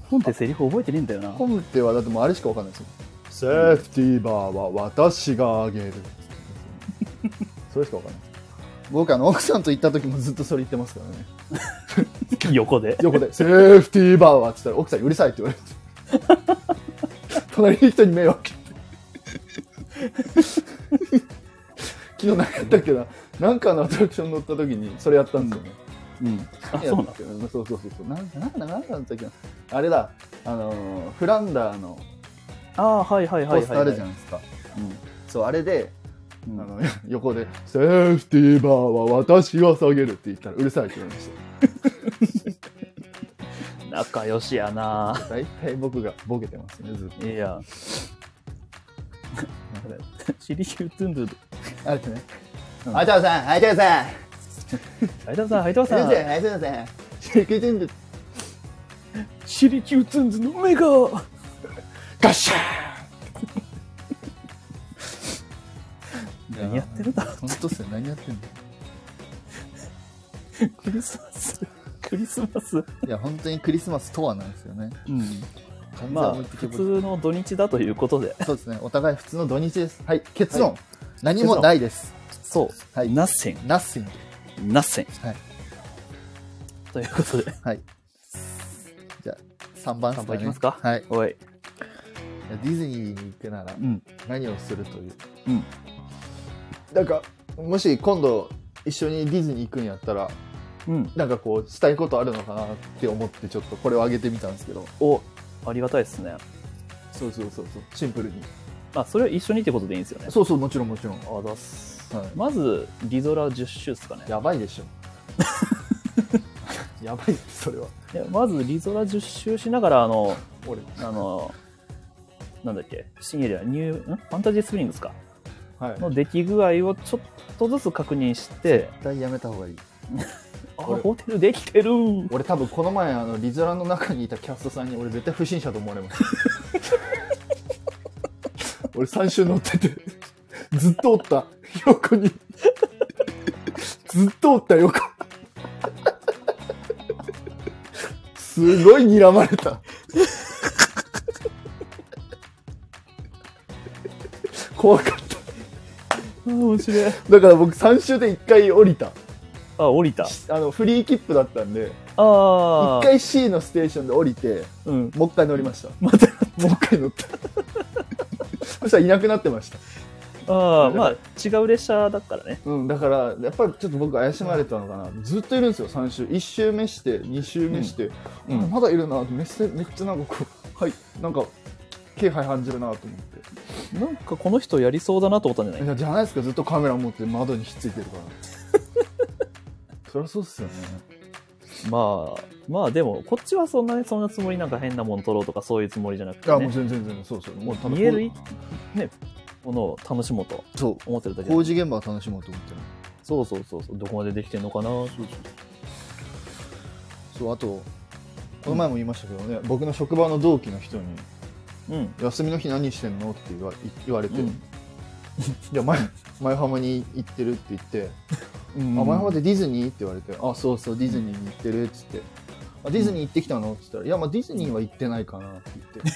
本ってセリフ覚えてねえんだよな。
本手はだってもうあれしかわかんないですよ。セーフティーバーは私があげ る。それしかわかんないです。僕あの奥さんと行った時もずっとそれ言ってますからね。
横で。
横で、セーフティーバーはって言ったら奥さんにうるさいって言われて。隣の人に迷惑。昨日何やったっけな、なんかのアトラクション乗った時にそれやったんですよね。
うん。あ、
いや
そうなの
そうそうそうそう。なんなんだなんだったっけなあれだ、あのーフランダーの
ああ、はいはいはいはい。
ポスターあるじゃないですか。そう、あれで、
うん。うん
あの 横で、セーフティーバーは私が下げるって言ったらうるさいって言われまし
仲良しやな
た。大体僕がボケてますね、ずっと。
いや。シリヒュートゥンドゥド。
あれですね。あちゃうさん、あちゃうさん、
ハイタさん、ハイタ
すい
さ
ませ
ん。
ん、あちゃうさん。シェイクジンズ
シリヒュートゥンドゥの目が。
ガッシャーン
何やってるんだ
本当っすよ、何やってんの
クリスマス。クリスマス。
いや、本当にクリスマスとはなんですよね。
うん。
完全
まあ、
置いてけ
普
ぼり
通の土日だということで。
そうですね。お互い普通の土日です。はい。結論。
は
何もないです。
そう。
はい
ナッセン。
ナッシング。
ナッセン。
はい。
ということで。
はい。じゃあ、3番ですか、
乾杯
ね。
いきますか。
はい。
おい。
ディズニーに行くなら
うん。
何をするという。
うん。
なんか、もし今度一緒にディズニー行くんやったら、
うん。
なんかこう、したいことあるのかなって思って、ちょっとこれを上げてみたんですけど。
お、ありがたいですね。
そうそうそうそう。シンプルに。
あ、それは一緒にってことでいいんですよね。
そうそう、もちろんもちろん。
あざっす、
はい
まずリゾラ10周ですかね
やばいで しょ。やばいです、それは。
いやまずリゾラ10周しながらあの
俺。
あのなんだっけ新エリアニューんファンタジースプリングスか
はい。
の出来具合をちょっとずつ確認して
絶対やめた方がいい。
あ
これ
ホテルできてる
俺多分この前あのリゾラの中にいたキャストさんに俺絶対不審者と思われます 俺3週乗っててずっとおった横にずっとおった横すごい睨まれた怖かった
あ面白い
だから僕3週で1回降りた
あ降りた
あのフリー切符だったんで
あ
1
あ
回 C のステーションで降りて
うん
もう一回乗りました。
また
もう一回乗った。 そしたらいなくなってました。
ああまあ違う列車だからね
うん、だから、やっぱりちょっと僕怪しまれたのかな。ずっといるんですよ、3週。1週目して、2週目して、
うん
あまだいるなめっちゃ、めっちゃなんかこう、はい、なんか、気配感じるなと思っ
なんかこの人やりそうだなと思ったんじゃ
て。い
な
や、
い
じゃないですか、ずっとカメラ持って窓にひっついてるから。そりゃそうっすよね。
まあまあでもこっちはそんなにそんなつもりなんか変なもん取ろうとかそういうつもりじゃなくて、
あ、
ね
もう、全然全然、そうそう。もうただ
見えるいねものを楽しもうと
そう。
思ってるだけだ
工事現場を楽しもうと思ってる。
そうそうそうそうどこまでできてんのかな
そう、あと、この前も言いましたけどね、僕の職場の同期の人に、
うん
休みの日何してんのって言わ言われて、
うん
じゃあ前前浜に行ってるって言って、
うん
あ前浜でディズニーって言われて、あそうそうディズニーに行ってるっつって、あディズニー行ってきたのって言ったら、いやまあディズニーは行ってないかなって 言って、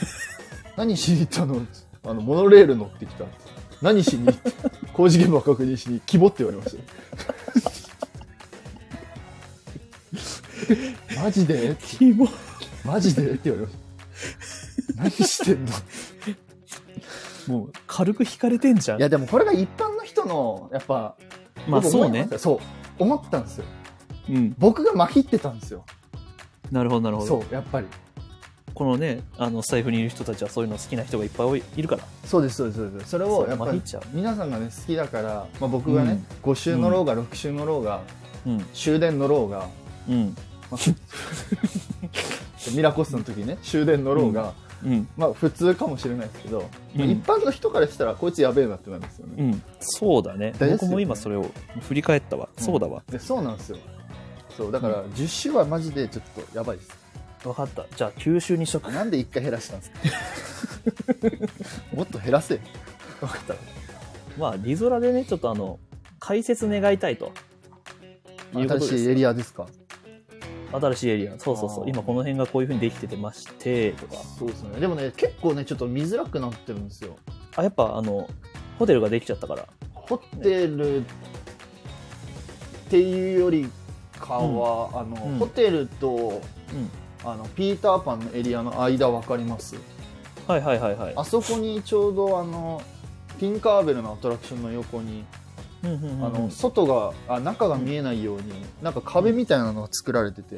何しに行ったのってあのモノレール乗ってきたって、何しに行 って工事現場を確認しに希望って言われました。マジで
キモ
マジでって言われました。何してんの
もう軽く引かれてんじゃん
いやでもこれが一般の人のやっぱ
まあ
僕思
そ
いうまし
ね
たそう思ったんですよ
うん
僕がまひってたんですよ
なるほどなるほど
そうやっぱり
このねあの財布にいる人たちはそういうの好きな人がいっぱい多いいるから
そうですそうですそうですそれを
そう
やっぱ
まひ
り
っちゃう
皆さんがね好きだから、まあ、僕がね、
うん
5週乗ろうが6週乗ろうが、
うん
終電乗ろうが
うん
ミラコスの時ね終電乗ろうが、
うん
まあ普通かもしれないですけど、
うん
一般の人からしたらこいつやべえなってなるんですよね、
うん、そうだね
よね
僕も今それを振り返ったわ、そうだわ
でそうなんですよそうだから10週はマジでちょっとやばいです
分かったじゃあ吸収にしとく
なんで1回減らしたんですかもっと減らせ分かった
まあリゾラでねちょっとあの解説願いたいというこ
新
とです
しいエリアですか
新しいエリアそうそうそ
あ
う
ー
今この辺がこういうふうにできててましてとか
そうですねでもね結構ねちょっと見づらくなってるんですよ
あやっぱあのホテルができちゃったから
ホテルっていうよりかは、あの
うん
ホテルと
うん
あのピーターパンのエリアの間分かります
はいはいはいはい
あそこにちょうどあのティンカーベルのアトラクションの横にあ
あ
の、外があ中が見えないようになんか壁みたいなのが作られてて、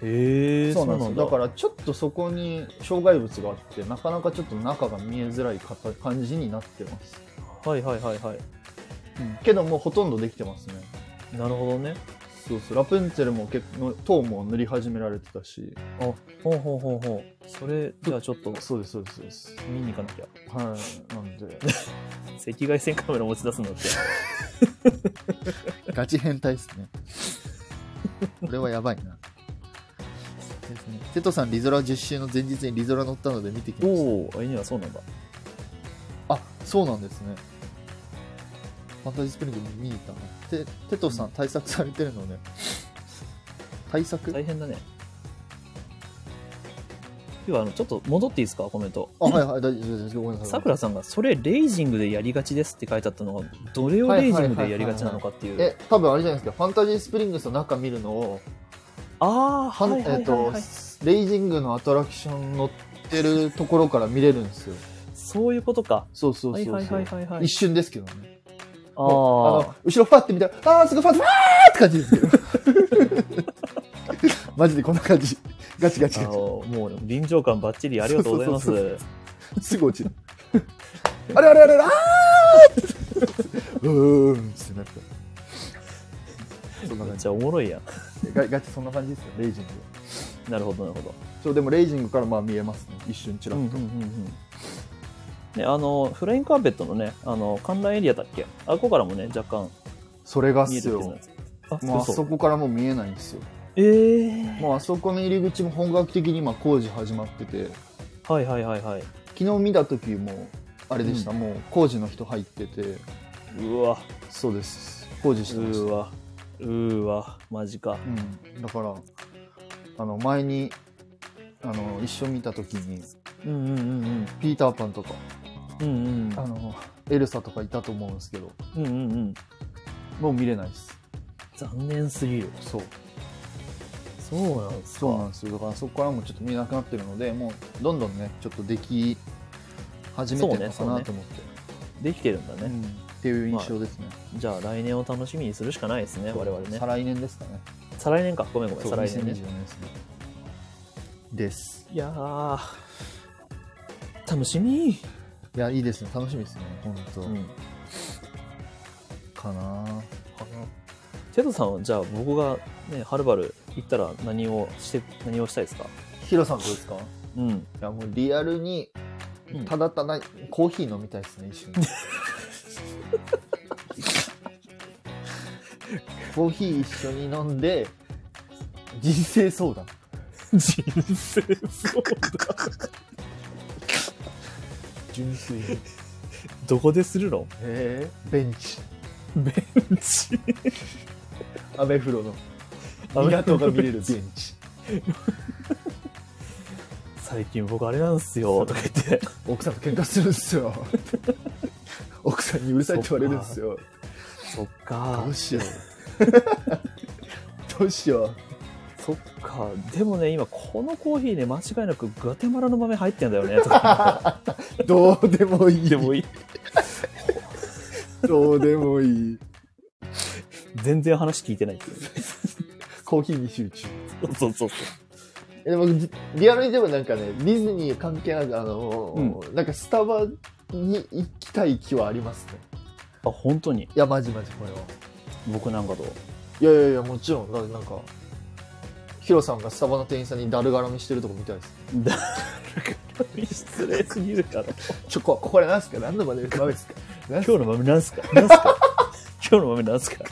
へえ
そうなんですよだからちょっとそこに障害物があってなかなかちょっと中が見えづらいかた感じになってます、
らはいはいはいはい
うんけどもうほとんどできてますね
なるほどね
そうそうラプンツェルも結構塔も塗り始められてたし
あほうほうほうほうそれじゃあちょっと
そうですそうですそうです
見に行かなきゃ
はいなんで
赤外線カメラ持ち出すのって
ガチ変態ですねこれはやばいなですねテトさんリゾラ10周の前日にリゾラ乗ったので見てき
お
ました
おあいいねそうなんだ
あそうなんですねファンタジースプリング見に行ったのテテトさん対策されてるのね対策
大変だね要はあのちょっと戻っていいですかコメント
あはいはい大丈夫ですごめんなさい
さくらさんが「それレイジングでやりがちです」って書いてあったのがどれをレイジングでやりがちなのかっていう
え多分あれじゃないですかファンタジースプリングスの中見るのを
ああ
は
は
ん
いはいはいはい、
えっとレイジングのアトラクション乗ってるところから見れるんですよ
そういうことか
そうそう
は
そう
い
そう、
はいはいはいはい
一瞬ですけどね
あ
もうあ
ー
の後ろファって見たらあーすぐファッわーって感じですけど マジでこんな感じガチガチ
あ
ガチ
のもう臨場感ばっちりありがとうございます
そうそうそうすぐ落ちる。あれあれあれあれあーうーんってなった。そんな
めっ
感じ
ち。ゃおもろいやん
ガガチそんな感じですよ、レイジング。
なるほどなるほど
そう、でもレイジングからまあ見えますね、一瞬ちらっと。
ね、あのフライングカーペットのねあの観覧エリアだっけあここからもね若干
それがっ
見え
す
てるって
よ
や。つあ
もうあ
嘘
そこからもう見えないんですよ。
えー、
もうあそこの入り口も本格的に今工事始まってて、
はいはいはいはい
昨日見た時もあれでした、
う
もう工事の人入ってて、
うわ
そうです。工事し
う
てました
ー。わうーわマジか
うん、だからあの前にあの一緒見た時に
うんうんうん
ピーター・パンとか
うんうんうん
あのエルサとかいたと思うんですけど
うんうんうん
もう見れないです
残念すぎる
そう
そうなんですか
そうなんですよだからそこからもちょっと見えなくなってるのでもうどんどんねちょっとでき始めてるのか
そうねそう
な
ね
と思って
できてるんだね、
うんっていう印象ですね、
じゃあ来年を楽しみにするしかないですね我々ね
再来年ですかね
再来年かごめんごめん
そう
再来年
2024
ね
年ですねです
いやー楽しみ
いやいいですね楽しみですね本当、
うん
かな
かなテドさんはじゃあ僕がねはるばる行ったら何をして何をしたいですか
ヒロさんどうですか
うん
いやもうリアルに
うん
ただただコーヒー飲みたいですね一緒にコーヒー一緒に飲んで人生相談
人生 相談
純粋にへ
どこでするの
えベンチ
ベンチ
アメフロの港が見れるベンチ
最近僕あれなんですよとか言って
奥さんと喧嘩するんです よ奥さんにうるさいって言われるんですよ
そっか
どうしようどうしよう
そっかでもね今このコーヒーね間違いなくガテマラの豆入ってんだよねとか
どうでもいい
でもいい
どうでもいい
全然話聞いてないっていう
コーヒーに集中
そうそうそう
えでもじリアルにでもなんかねディズニー関係なくあのーなんかスタバに行きたい気はありますね
あ本当に
いやマジマジこれは
僕なんかどう
いやいやいやもちろんだってなんかヒロさんがスタバの店員さんにだるがらみしてるとこ見たいですね
だから失礼すぎるから
ちょここれなんすか何のまで豆ですか何す
今日の豆なんすかなんすか今日の豆なんすか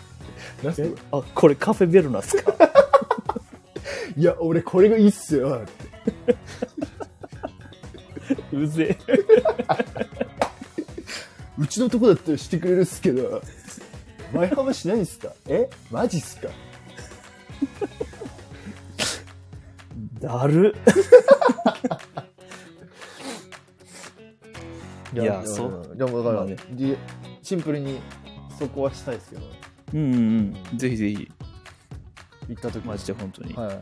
何すか
あこれカフェベルナっすか
いや俺これがいいっすよ
うぜ
うちのとこだったらしてくれるっすけど前浜しないんすかえマジっすか
えだるいやそう
でもだから、
まあね
リシンプルにそこはしたいですけど
うんうんぜひぜひ
行った時に
マジで本当に、
は
ま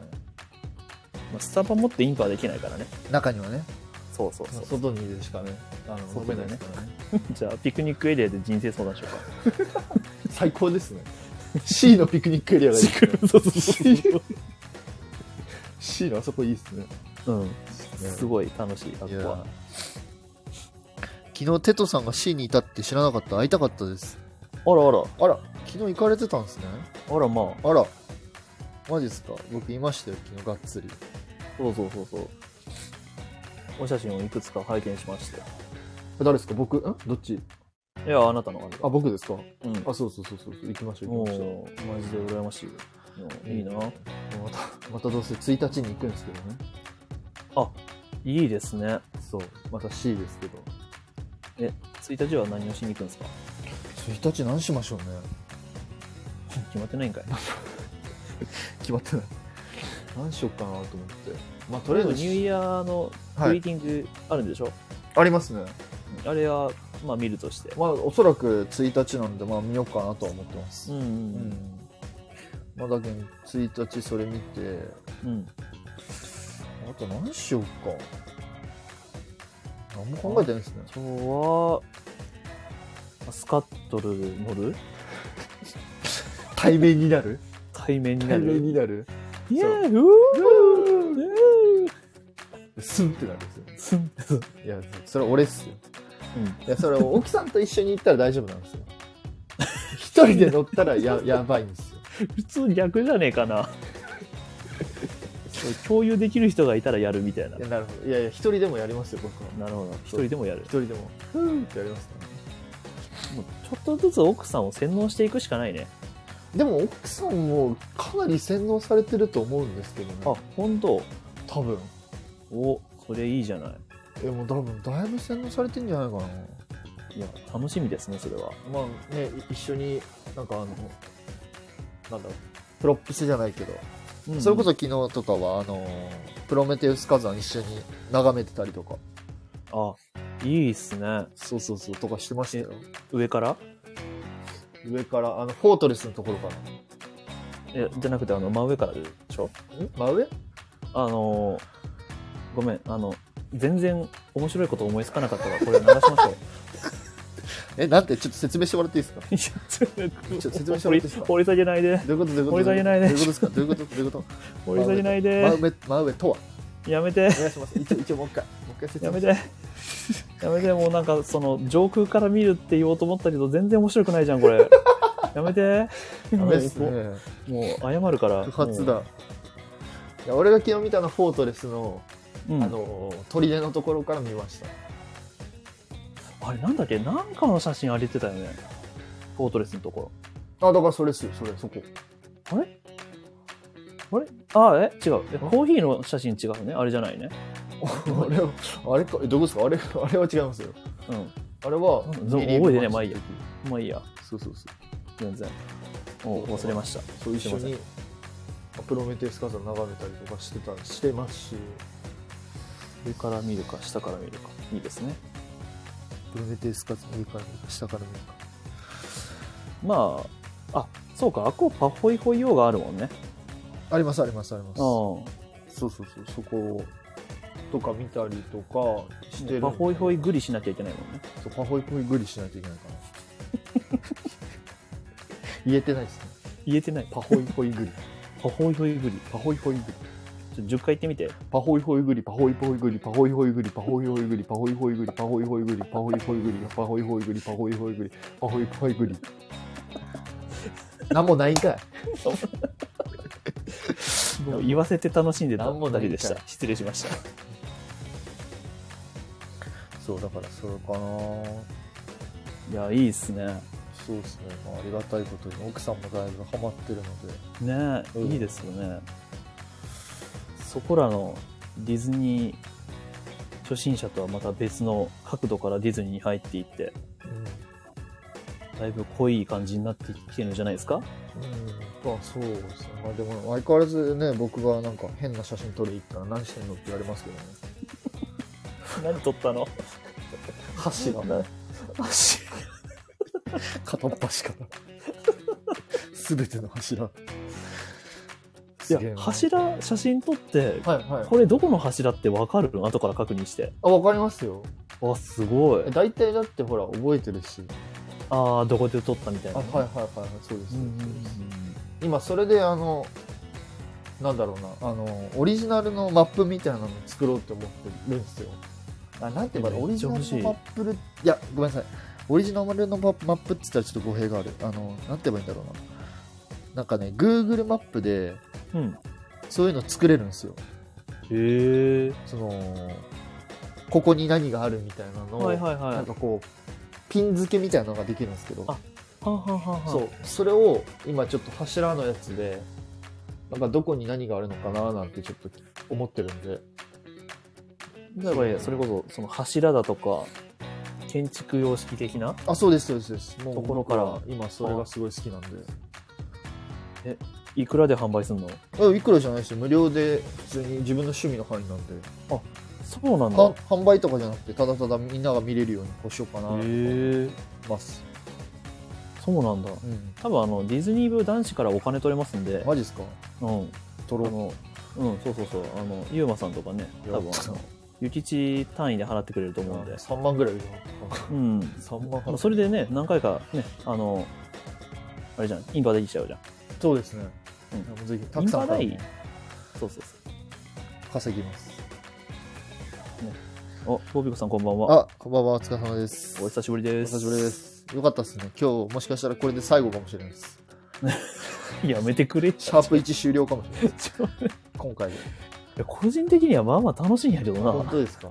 あ、スタバ持ってインパはできないからね
い、中にはね
そうそうそう。
外にいるしかね、あの、飲
外
め
でね
ないですからね。
じゃあ、ピクニックエリアで人生相談しよう
最高です ね。C のピクニックエリアがいいですね。
か。そうそうそ
C のあそこいいですね。
う。うん。すごい楽しい、あそ
いや
こは。
昨日テトさんが C にいたって知らなかった会いたかったです
あらあら、
あら昨日行かれてたんですね
あらまあ。
あらマジですか僕いましたよ昨日がっつり
そうそうそうそう。お写真をいくつか拝見しまして。
誰ですか僕んどっち
いや、あなたのあれだ
あ、僕ですか
うん。
あ、そうそうそうそう。行きましょう、行きましょ
もう、マジで羨ましいよ。いいな。
う。また、またどうせ1日に行くんですけどね。
いいですね。
そう。また C ですけど。
え、1日は何をしに行くんですか
1日何しましょうね
決まってないんかい。
決まってない。何しよっかなと思って。まあ、と
と
り
り
あえ
あえ
ず
ずニューイヤーの
はい
グリーティングあるんでしょ、
ありますね。
あれは、まあ見るとして。
まあおそらく1日なんでまあ見ようかなとは思ってます
うんう
うんんまあだけど1日それ見て
うん。うん。
あと何しようか何も考えてないですね
今日は、スカットル乗る
対面になる
対面にな
対面
る。
になる
イエ
そう
ーイうーうー
スンってなるんですよ。
すん
いや、それ俺っすよ。
うん
いや、それ奥さんと一緒に行ったら大丈夫なんです よ。一人で乗ったらややばいんですよ。
普通逆じゃねえかな。そう共有できる人がいたらやるみたいな。
いや、なるほど。いやいや、一人でもやりますよ、僕は。
なるほど。一人でもやる。
一人でも。ふーんってやりますね。
もうちょっとずつ奥さんを洗脳していくしかないね。
でも奥さんもかなり洗脳されてると思うんですけどね。
あ、本当。
多分。
お、それいいじゃない。
えもう多分だいぶ洗脳されてんじゃないかない
や、楽しみですね、それは。
まあね、い一緒に、なんかあの、なんだろ
プロップスじゃないけど、それこそ昨日とかはあのープロメテウス火山一緒に眺めてたりとか
そ。あ、いいっすね。
そうそうそうとかしてましたよ
上から
う、上から、あの、
フォートレスのところかな
え、じゃなくて、あの、真上からでしょ
真上
あのー、ごめん、あの、全然面白いこと思いつかなかったから、これ流しまし ょう。
えなんてちょっと説明してもらっていいですか
い や
ちょ
ちょっ
っと説明してもらっていいですか
掘り下げないで。
どういうことどういうこと
俺が言えないね
どういうことですかどういうことどういうこと
掘り下げな
真
いで。
上真上とは
やめて。
お願いします一応一応もう一回もう一回説
や
明
め。
して
やめて、もうなんか、その、上空から見るって言おうと思ったけど、全然面白くないじゃん、これ。やめて。
ダメですね
もう、もう謝るから。
不発だ。いや俺が昨日見たのはフォートレスの、
もう。うん
あの、砦のところから見ました。
あれなんだっけなんかの写真あげてたよね。フォートレスのとこ
あ、だからそれっすよ、それ、そこ。
ろ。あれあれああ、え違う。えコーヒーの写真違うね。あれじゃないね。
あれは、あれか、えどこですかあれ、あれは違いますよ。
うん。
あれは、
そう
ミ
覚
リ
え
ーブ
てね、
マ
まあ
ン
いいや。まあいいや。
そうそうそう。
全然。お忘れました。
そう一緒
すい
にプロメテウス火山眺めたりとかしてたしてますし
上から見るか、下から見るか。いいですね。
プロメテウス火山上から見るか下から見るか
まあ、あ、そうか。あっこパホイホイ用があるもんね。
ありますありますあります
う
そうそうそうそことか見たりとかしてる
ん。パホイホイグリしなきゃいけないもんね。
そうパホイコイグリしないといけないかな
言えてないですね
言えてない。
パホイホイグリ
パホイホイグリ。
パホイホイグリ
ちょ10回言ってみて。
パホイホイグリパホイホイグリパホイホイグリパホイホイグリパホイホイグリパホイホイグリパホイホイグリパホイホイグリパホイホイグリパホイホイグリ
何もないんかい
もう言わせて楽しんでた
なんも
だ
ない
け
んかい
でした。失礼しました。
そうだからそれかない
や、 いいっすね。
そうですね、まあ、ありがたいことに奥さんもだいぶハマってるので
ねえ、
うん
いいですよねそこらのディズニー初心者とはまた別の角度からディズニーに入っていってだいぶ濃い感じになってきてるんじゃない ですか
うん、まあそうですね、まあ、でも相変わらずね僕がなんか変な写真撮りに行ったら何してんのって言われます けどね
何撮ったの
箸が
な
片っ端から全ての柱
い
すげえ
や
な
柱写真撮って
はいはい。
これどこの柱って分かるの後から確認して
あ、わかりますよ。
わすごい
え大体だってほら、覚えてるし。
ああどこで撮ったみたい
あ、
な
はいはいはいはい、そうです。そうです今、それで、あの、なんだろうな、あの、オリジナルのマップみたいなの作ろうって思ってるんですよ。あ、なんて言えばいいのオリ
めっ
ジ
ちゃ
ナル
欲しい
のマップル、いや、ごめんなさい。オリジナルのママップって言ったらちょっと語弊がある。あの、なんて言えばいいんだろうな。なんかね、Google マップで、
うん
そういうの作れるんですよ。
へえ
その、ここに何があるみたいなのを、
はいはいはい
なんかこう、ピン付けみたいなのができるんですけど、
あはんはんはんはん
そう、それを今ちょっと柱のやつで、なんかどこに何があるのかななんてちょっと思ってるんで、
例えばいやそれこそその柱だとか建築様式的な
あ、そうです、そうです、そうです。もう
ところから
僕は今それがすごい好きなんで。
いくらで販売するの
あいくらじゃないですよ無料で普通に自分の趣味の範囲なんで、
そうなんだ
は販売とかじゃなくてただただみんなが見れるようにこうしようかなと思い
へえ
ます、
そうなんだ
うん、
多分あのディズニー部男子からお金取れますんで
マジですか
うん
トロ
あのうんそうそうそうあのユーマさんとかね多 分あの諭吉単位で払ってくれると思うんで
3万ぐらいいるの
うん
3万
まあ
払
それでね何回かねあのあれじゃんインバーできちゃうじゃん
そうですね、
うん
もうぜひたくさん
インバー
払
イ
う
そうそうそ
稼ぎます
うおボビコさんこんばんは
あこんばんはお疲れ様です
お久しぶりです
お久しぶりですよかったですね今日もしかしたらこれで最後かもしれないです
やめてくれ
シャープ1終了かもしれないです今回で
いや個人的にはまあまあ楽しいんやけど
本
な、
当ですか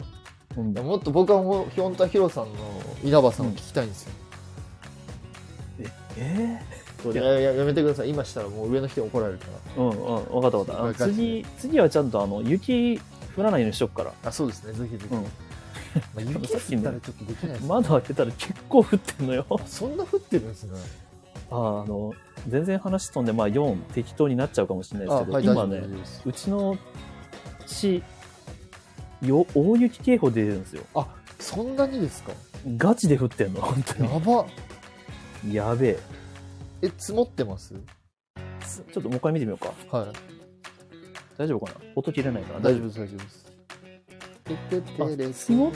うん
いやもっと僕はもうひょんたひろさんの稲葉さんを聞きたいんですよ、
え
いやいややめてください今したらもう上の人に怒られるか
ーうんうん分かった分かったあ
ガ
の
チで
次次はちゃんとあの雪降らないようにしとくから
らあそうですねぜひぜひ、
うん
まあ、雪降ったらちょっとできないですね、
窓開けたら結構降ってんのよ
そんな降ってるんですね
あーあの全然話飛んでまあ4適当になっちゃうかもしれないですけど、
はい
今
大丈夫
ね
です
うちの市よ大雪警報出てるんですよ
そんなにですか
ガチで降ってんの本当
やば
にやべえ
え積もってます
ちょっともう一回見てみようか
はい
大丈夫かな音切れないから
大丈夫です大丈夫ですてってってれ
あ積も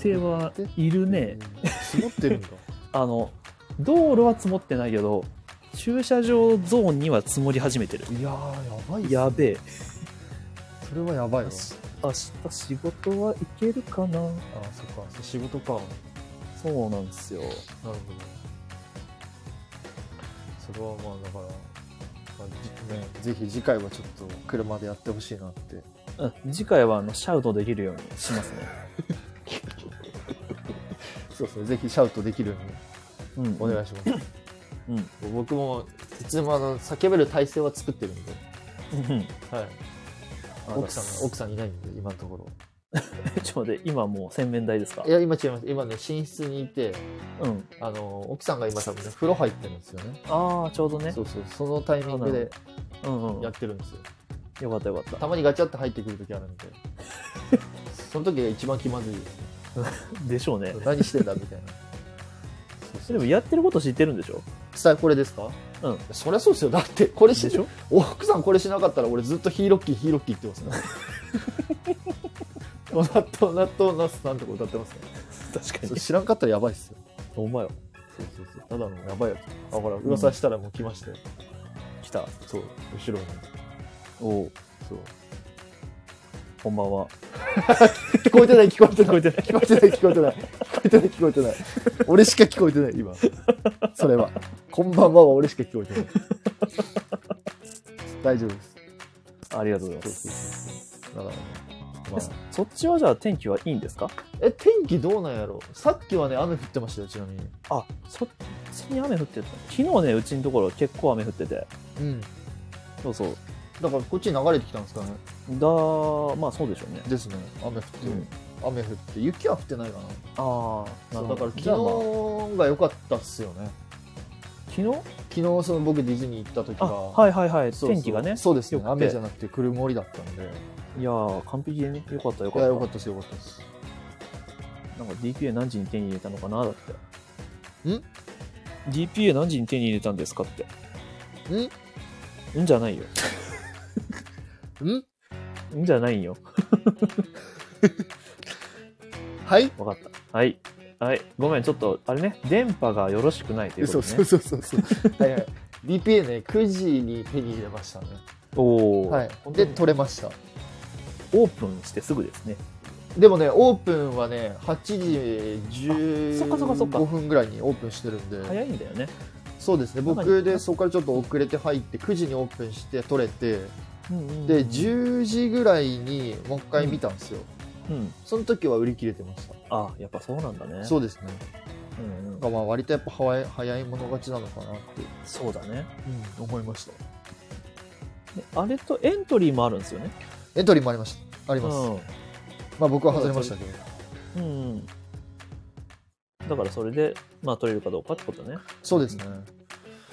手はいるね、
積もってるんだ
あの道路は積もってないけど駐車場ゾーンには積もり始めてる
いやーやばいっすね
やべえ
それはやばいわ
明日仕事は行けるかな
あそっかそれ仕事かなる
そうなんですよ
ほどそれはまあだから、まあじね、ぜひ次回はちょっと車でやってほしいなって
あ次回はあのシャウトできるようにしますね
そうですねぜひシャウトできるように
うん
お願いします、
うん
僕もいつでもあの叫べる体制は作ってるんで、
うん
はい、
あ
奥さんが
ちょ
奥さんいないんで今のところ
っと待って今もう洗面台ですか
いや今違います今ね寝室にいて
うん
あの奥さんが今多分ね風呂入ってるんですよね
ああちょうどね
そうそうそのタイミングで
うんう
や
ん
っ
よ
てるんですよ
かったよかった
まにガチャって入ってくる時あるんで その時が一番気 まずいですね
でしょうね
何してんだみたいな
でもやってること知ってるんでしょ
伝えこれですか
うん
そりゃそうですよだってこれ
で
し
しょ
奥さんこれしなかったら俺ずっとヒーロッキーヒーロッキー言ってますね お納豆納豆ナスなんとか歌ってますね
確
そ
か
れ
に
知らんかったらやばいっすよ
お前よ
そうそうそうただのやばいやつだから噂したらもう来ましたよ、
来た
そう後ろに
おう
そう
こんばんは
聞こえてない聞こえて
聞
な
こえ
い
てない
聞こえてない聞こえてない聞こえてない聞こえてない俺しか聞こえてない今それはこんばんはは俺しか聞こえてない大丈夫です
ありがとうござい
そ
ま
う
す
そうそうだからね、まあ、
そっちはじゃあ天気はいいんですか
え天気どうなんやろさっきはね雨降ってましたよちなみに
あそっちに雨降ってた昨日ねうちのところ結構雨降ってて
うん
そうそう
だからこっちに流れてきたんですかね
だまあそうでしょうね
ですね雨降って、
うん
雨降って雪は降ってないかな
ああ
そうだから昨
じゃあまあ
日が良かったっすよね
昨日
昨日その僕ディズニー行った時
あ
が
はいはいはい
そうそう
天気がね
そうですね
良くて
雨じゃなくて曇りだったんで
いやー完璧でねよかったよ
い
かっ
や
た
良かったです良かったです
なんか DPA 何時に手に入れたのかなだって
ん
DPA 何時に手に入れたんですかって
ん
うんじゃないよ
ん
んじゃないよ。
はい
わかった。はい。はい。ごめん、ちょっと、あれね、電波がよろしくないというこ
そう
と
そう
ね。
そうそうそう。
はいはい。DPA ね、9時に手に入れましたね。
おお、
はい。で、取れました。
オープンしてすぐですね。
でもね、オープンはね、8時
あそっかそっかそっか
15分ぐらいにオープンしてるんで、
早いんだよね。
そうですね、
中
僕
に
でそこからちょっと遅れて入って、9時にオープンして取れて、で、10時ぐらいにもう一回見たんですよ。
うん。
その時は売り切れてまし
あやっぱそうなんだね。
た。そうですね。
うんうん
なんかまあ割とやっぱ早い早い者勝ちなのかなって、
そうだね。
思いました。
であれとエントリーもあるんですよね。
エントリーもありました。あります。
う
まあ僕は外れましたけど。
ん。うんうん。だからそれで、まあ取れるかどうかってことね。
そうですね。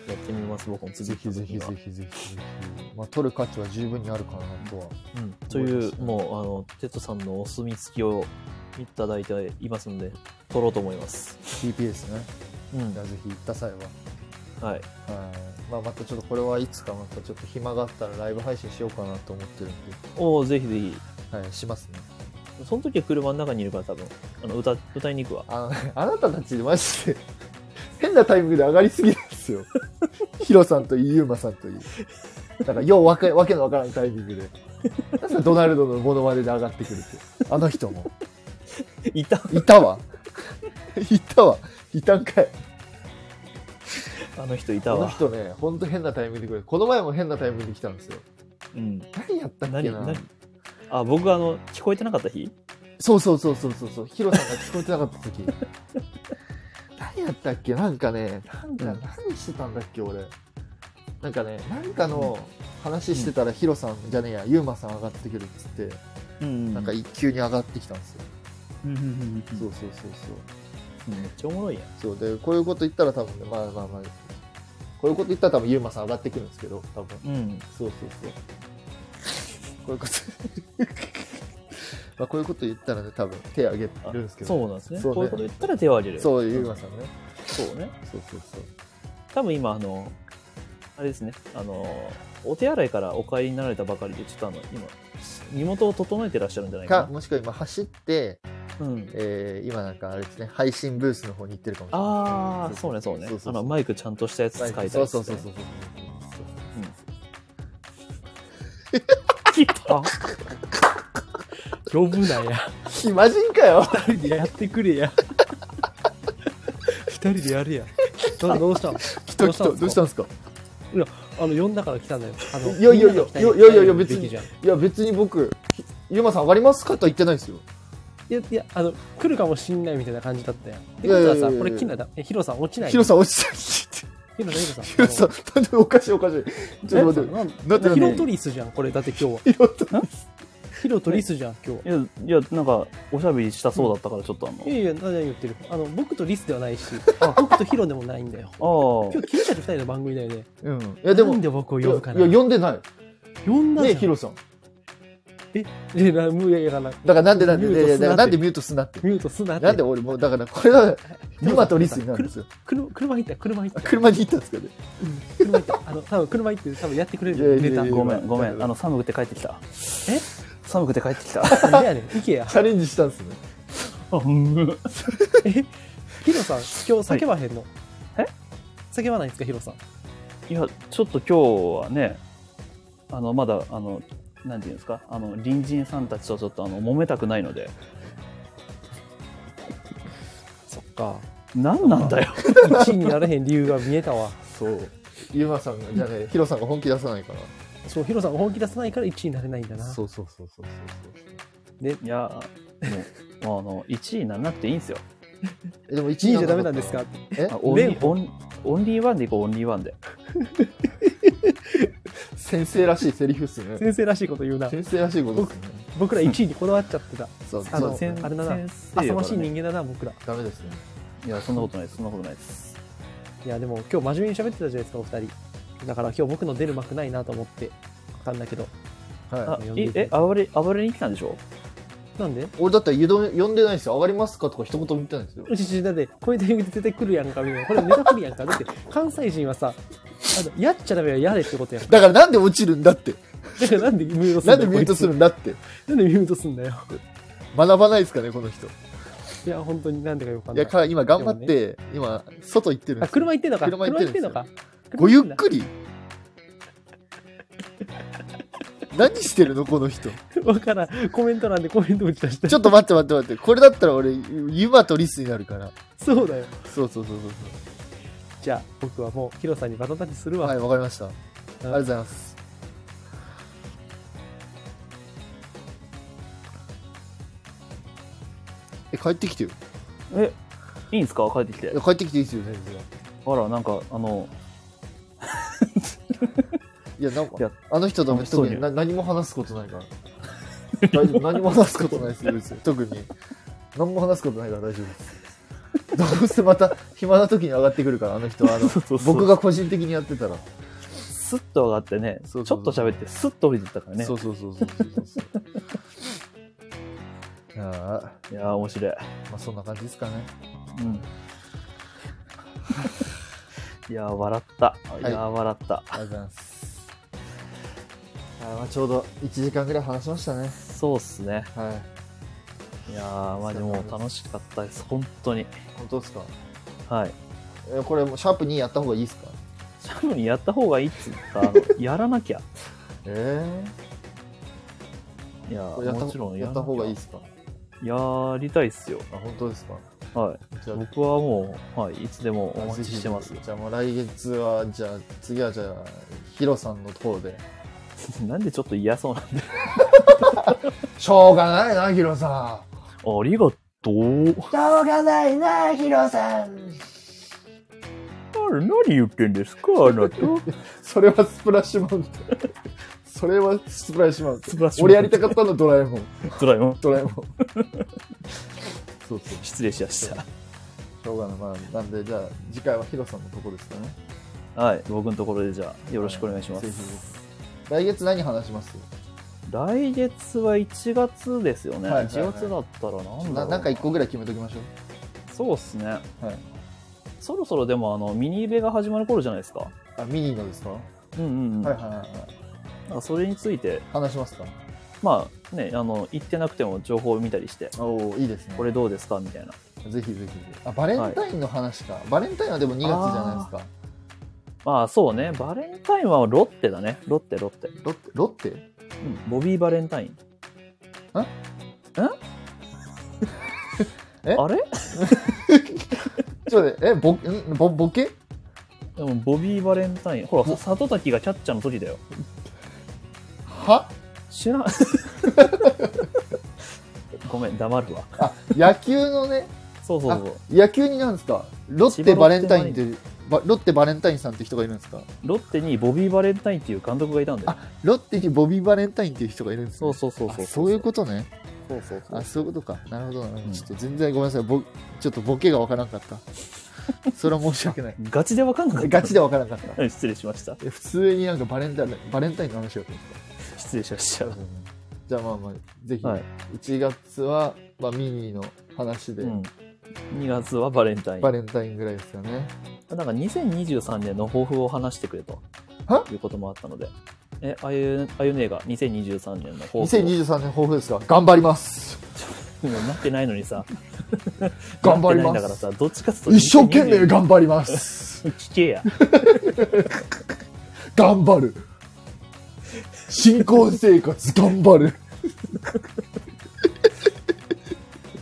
やってみます、僕も続
ぜ
き
ひぜひぜひぜひ。まあ取る価値は十分にあるかなとは。
うん、という、もう、あの、テトさんのお墨付きをいただいていますので、取ろうと思います。
TPS ね。
うん
じゃ。あぜひ行った際は。
はい。
はい。まあまたちょっとこれはいつかまたちょっと暇があったらライブ配信しようかなと思ってるん
おおぜひぜひ。
で、はい、しますね。
その時は車の中にいるから多分、あの歌、歌いに行くわ。
あの、 あなたたちマジで、変なタイミングで上がりすぎなんですよ。ヒロさんといい、ユーマさんといい。なんか、ようわけ、わけのわからんタイミングで。なんかドナルドのモノマネで上がってくるって。あの人も。
いた
いたわ。いたわ。いたんかい。
あの人い
あ
た
の
わ。
人ね、ほんと変なタイミングで来る。この前も変なタイミングで来たんですよ。
うん。
何やったっけ
何、
な
何あ、僕があの、聞こえてなかった日
そうそうそうそうそうそう。ヒロさんが聞こえてなかった時。何やったっけなんかね、なんか、
うん
何してたんだっけ俺。なんかね、なんかの話してたらヒロさんじゃねえや、ユーマさん上がってくるっつって、
うん
なんか一級に上がってきたんですよ。
うんうんうんうん
そうそうそう
めっちゃおもろいやん。
そう。そうで、こういうこと言ったら多分ね、まあまあまあ、こういうこと言ったら多分ユーマさん上がってくるんですけど、多分。
うん。
そうそうそう。こういうこと。まあこういうこと言ったらね、多分手挙げてるんですけど。
そうなんですね。
そうね
こういうこと言ったら手を挙げる。
そう、ユーマさんね。
そうね。
そうそうそう。
多分今、あの、あれですね。あの、お手洗いからお帰りになられたばかりで、ちょっとあの、今、身元を整えてらっしゃるんじゃない
か、
か
もしくは今走って、
な。うん。
えー今なんかあれですね、配信ブースの方に行ってるかもしれない。
ああ、そうね、そうね。あの、マイクちゃんとしたやつ使いたいです
そ
ね。
うそうそうそう。
切った呼ぶなや。
暇人かよ
二人でやってくれや。
二人でやるやん。どうどうしたの
来
た来たどうした
んですか
あの、呼んだから来たんだよ。あの、
いやいやいや
みんなで来たら
いやいやいや
みんな
別
で
に
できるじゃん
いや、別に僕、ひゆうまさん終わりますかとは言ってないですよ。
いや、いや、あの、来るかもしんないみたいな感じだったやん。って
い
こ
やい
と
や
はい
や
さ、
いや
これ切んないだ。え、ヒロさん落ちない。
ヒロさん落ちた。
ヒロさん、ヒロさん。
ヒロさん、なんでおかしいおかしい。
ん
ちょっと待って。
なん
だってね
ヒロトリスじゃん、これ。だって今日は。ヒロトリスじゃん、今日は。
いや、いや、なんか、おしゃべりしたそうだったから、ちょっとあの
い、やいや、何言ってる。あの、僕とリスではないし、僕とヒロでもないんだよ。
あ
今日、君たち二人の番組だよね。
うん。いや、でも、
なん
い
で僕を呼
や、
ぶかな。
いや呼んでない。
呼んだ
ね
じ
え、
ゃん
ヒロさん。
え、でな、無理やから、
だからなんでなんで、い
ミュ
や
ー
いや
トすなっ
だか
て
らなんでミュートすなって。
ミュートすなって。
なんで俺もう、だからこれは、ユーマとリスになるんですよ。
車車入った、車入っ
あ
た。
車に行ったんですかね。
車行った。あの、多分車行って、多分やってくれるよ
いや
ネ
いや
タ。
あ。
いや
ごめん、ごめん。あの、寒くて帰ってきた。え寒くて帰って きた。あ、
なんでやねん、行けや。
チャレンジしたんですね。
うん。
え、ヒロさん、今日叫ばへんの、
え
叫ばないんですか、ヒロさん。
いや、ちょっと今日はね、あの、まだ、あの、なんていうんですか、あの、隣人さんたちとちょっと、あの、揉めたくないので、
そっか。
なんなんだよ。
1位になれへん理由が見えたわ。
そう。ゆうまさんが、じゃあね、ヒロさんが本気出さないから。
そう、ヒロさんが本気出さないから1位になれないんだな。
うそうそうそうそう
いや、もう、もうあの、1位にならなくていいんですよ。
え、でも1位
1位じゃダメなんですか
え
あオンリ
ね
ー、オンオンリーワンでいこう、オンリーワンで。
先生らしいセリフっすね。
先生らしいこと言 うな。
先生らしいことっすね。
僕ら1位にこだわっちゃってた。
そう、
あの
そうですね
先
あれだな
先生
浅ましい
からね
人間だな、僕ら。
ダメですね。
いや、そんなことないです、そんなことないです。
いや、でも今日真面目に喋ってたじゃないですか、お二人。だから今日僕の出る幕ないなと思ってたんだけど。
は
あ
い。
呼んで
え
いただ
え
いて
暴れ暴れに来たんでしょ
なんで
俺だったら、ゆど、呼んでないですよ。上がりますかとか一言も言ってないですよ。
うちちだって、こういうタイミングで絶対来るやんか、みたいな。これネタ来るやんか。だって、関西人はさ、あのやっちゃダメはやれってことやん。
だからなんで落ちるんだって。
だからなんでミュートすん
な
だ
ん
よ
でミュートす
こ
るんだって。
いつなんでミュートすんだよ。
学ばないですかね、この人。い
いや、本当になんでかよくわかんな
や、
い。
から今頑張って、今、外行ってるんで
あ、
すよ
車行ってんのか。
車
車
行
行
って
っ
るん
て
で
ん
すよ
のか。
ごゆっ
り。
くり。何してるの、この人。
わからん。コメント欄でコメント打ち出して。
ちょっと待って待って待って。これだったら俺、ユマとリスになるから。
そうだよ。
そうそうそうそう
じゃあ、僕はもうヒロさんにバトンタッチする
そう。
わ。
はい、わかりました。ありがとうございます。え、帰ってきてよ。
え、いいんですか帰ってきて
い。や帰ってきていいですよ、全然。
あら、なんか、あの、
いや、なん
い
か
や、
あの人と
楽しそう
特
に
にな何も話すことないから。大丈夫、何も話すことないですよ、別 に特に。何も話すことないから大丈夫です。どうせまた暇な時に上がってくるから、あの人は。あの
そうそう
僕が個人的にやってたら。
スッと上がってね、
そうそうそう
ちょっと喋って、スッと降りてったからね
そ。うそうそうそうそうそう。いやーま
いやー、面白い。
あそんな感じですかね。
うん。 いやー、笑った。いやー、笑った。
ありがとうございます。あーまあちょうど1時間ぐらい話しましたね。
そうっすね。
はい。
いやー、マジもう楽しかったです。本当に。
本当ですか
はい。
えこれ、シャープ2やった方がいいですか
シャムにやった方がいいっつったら、あの やらなきゃ。
え
いや
え
ー
これやった
もちろん
や
ら
っ
なき
た
ゃ
方がいいですか
やりたいっすよ。
あ、本当ですか
はい。
じゃあ
僕はもう、はい、いつでもお待ちしてます
ぜ。ひじゃあもう来月は、じゃあ次はじゃあ、ヒロさんの方で。
なんでちょっと嫌そうなんだ
しょうがないな、ヒロさん。
ありがとう。
しょうがないな、ヒロさん。
あれ、何言ってんですか、あ なた。
それはスプラッシュマウント。 それはスプラッシュマウント。
スプラッシュマウント
俺やりたかったのドラえもん。
辛いもん。
ドラえもん。そうそう。し
失礼しまし
ょうがない。まあ、なんで、じゃあ次回はヒロさんのとこですかね。
た。はい、僕のところでじゃあ、よろしくお願いしま
ぜ
す。
ひぜひ来月何話します
来月は1月ですよね。
はいはいはい
1月だったらなんだろう
ななんか一個ぐらい決めときましょう。。
そうっすね。はいそろそろでも、あの、ミニベが始まる頃じゃないですか。
あ、ミニのですか、
うんうんうん。
はいはいはいはい。
なんかそれについて、
話しますか
まあね、あの、言ってなくても情報を見たりして、
おおいいですね。
これどうですかみたいな。
ぜひぜひぜひ。あ、バレンタインの話か。バレンタインはでも2月じゃないですか。
まあそうね、バレンタインはロッテだね。ロッテ、ロッテ。
ロッテロッテ
うん、ボビー・バレンタイン。
ん
ん
え
あれ
ちょっと待ってえ、ボんボボケ
でもボビー・バレンタイン。ほら、さ里崎がキャッチャーの時だよ。
は
知らん。 ごめん、黙るわ。
あ、野球のね、
そうそうそう。
野球になんですかロッテバレンタインって、ばロッテバレンタインさんって人がいるんですか
ロッテにボビー・バレンタインっていう監督がいたんだよ。
ロッテにボビー・バレンタインっていう人がいるんです
そ
ね、
うそうそうそう。
あそういうことね。
そうそうそう
あ、そういうことか。なるほどなるほど、
うん
ちょっと全然ごめんなさい。ぼちょっとボケがわからなかった。 それは申し訳ない。
ガチでわかんなかっ た。
ガチでわからなかった。
うん 失礼しました。
え普通になんかバレンタイン、バレンタインの話をやって
失礼しました。
じゃあまあまあ、ぜひ、
はい
1月は、まあ、ミニーの話で、
うん。2月はバレンタイン。
バレンタインぐらいですよね。
なんか2023年の抱負を話してくれと
は
いうこともあったので、え、あゆ、あゆねえが2023年の抱負を。
2023年抱負ですか頑張ります
もうなってないのにさ。
頑張ります
なってないんだからさ、どっちかっつうと
一生懸命
2020
頑張り ます
聞けや。
頑張る新婚生活頑張る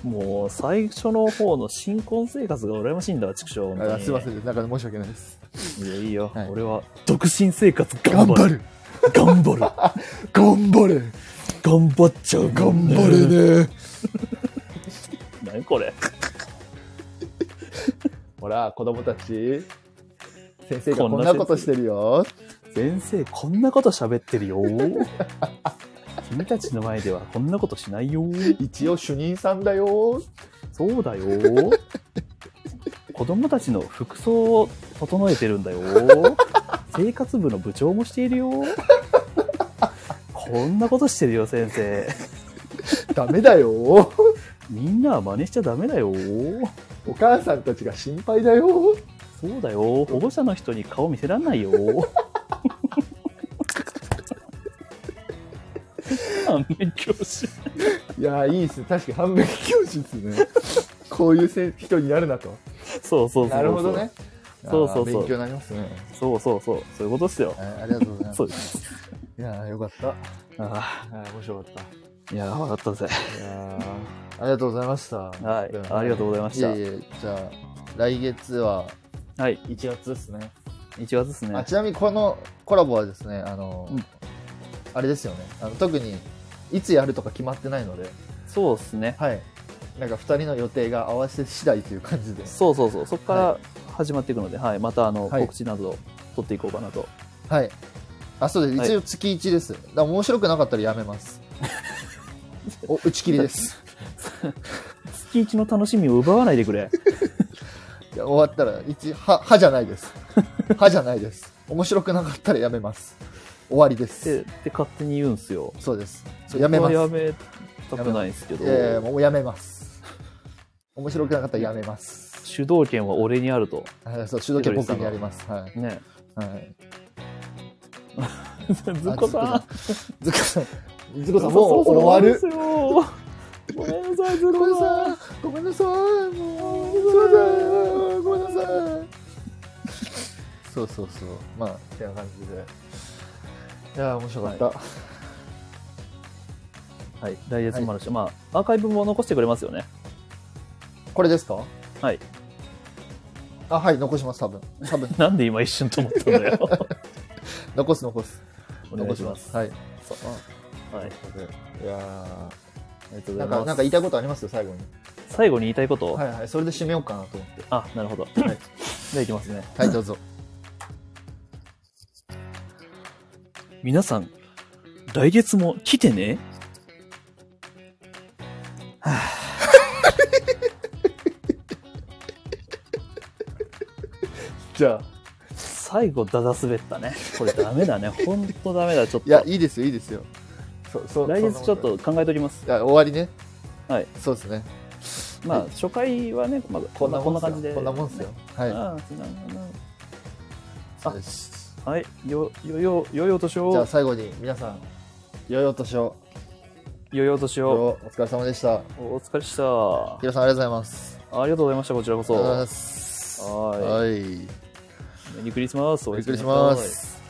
もう最初の方の新婚生活が羨ましいんだわ、畜生。本当に
あすいません、なんか申し訳ないです。
いや、いいよ。
はい
俺は、
独身生活頑
頑
張
張
る。
る
頑張る。
頑張れ
頑張っちゃう。
頑張れね
何これ。
ほら、子供たち、先生が
こん
こ
な
な
ん
ことしてるよ。
先生、こんなこと喋ってるよ。君たちの前ではこんなことしないよ。
一応主任さんだよ。
そうだよ。子供たちの服装を整えてるんだよ。生活部の部長もしているよ。こんなことしてるよ、先生。
ダメだよ。
みんなは真似しちゃダメだよ。
お母さんたちが心配だよ。
そうだよ。保 護者の人に顔見せらんないよ。反面教師。
いやーいいですね確かに反面教師です ねこういうせ人になるなと
そうそうそうそう。
なるほどね
そうそうそ
あ
う
ー勉強になりますね
そうそうそう。そういうことっすよ。
はいありがとうございます
そうです。
いやーよかった
あ
あー面白かった
あ、いやー、わかったぜ。
いやーありがとうございました
はい
でね
ありがとうございました
いえいえじゃあ来月は
はい。
1月ですね
1月です
あ
ね。
ちなみにこのコラボはですねあの、
うん
あれですよねあの特にいつやるとか決まってないので
そうですね。
はいなんか2人の予定が合わせ次第という感じで
そうそうそう。そこから始まっていくので、はい。また、あの、
はい
告知などを取っていこうかなと。
はいあそうです
はい
一応月1です、だから面白くなかったらやめます お打ち切りです
月一の楽しみを奪わないでくれ。
いや終わったら一は歯じゃないです歯じゃないです面白くなかったらやめます終わりです
で、で勝手に言うんすよ。
そうですそうやめます
僕はやめたくないんですけど、
ええもうやめます面白くなかったらやめます
主導権は俺にあると。
はいそう主導権僕にありますはい
ね。
はい
ずっこさん。
ずこさん、ずこさん、もう終わる。
そうそうそうですよ。ごめんなさい、ずっこさん。
ごめんなさい、もう、そうだごめんなさい。そうそうそう、まあ、ってな感じで。いやー、面白かった。
はい、来月もあるし、まあ、アーカイブも残してくれますよね。
これですか
はい。
あ、はい、残します、多分。多分、
なんで今一瞬と思ったん だよ。
残す、残す。
お願いします。
はい。
はい。
いやー
ありがと
なんか、
うございま
なんか
す。
言いたいことありますよ、最後に。
最後に言いたいこと、
はいはい、それで締めようかなと思って。
あ、なる ほど。じゃあいきますね。
はい、どうぞ。
皆さん、来月も来てね。
じゃあ。
最後、ダダ滑ったね。これダメだね。ほんとダメだ、ちょっ
いや、
と。
いいですよ、いいですよ。そ、そ
来
そ
月
ん
ちょ
な
っ
こと
と考えておきます。
ない。いや、終わりね。
はい。
そうですね。
まあ、初回はね、まだこんな、こんな感じで。
こんなもんっすよ。はい。
あーそんなもんなあ
よし
はい。よ、よよ、よいお年
じゃあ
を。
最後に皆さん、良いお年を。
よいお年を。
お疲れ様でした。
お疲れっした。あ
ヒロさんありがとうございます。
りがとうございました、こちらこそ。
ありがとうござい
は
ます。
ーい。
はい。
メリークリスマス。
お
おや
びっ
す
くり
み
し
な
ま
さい
す。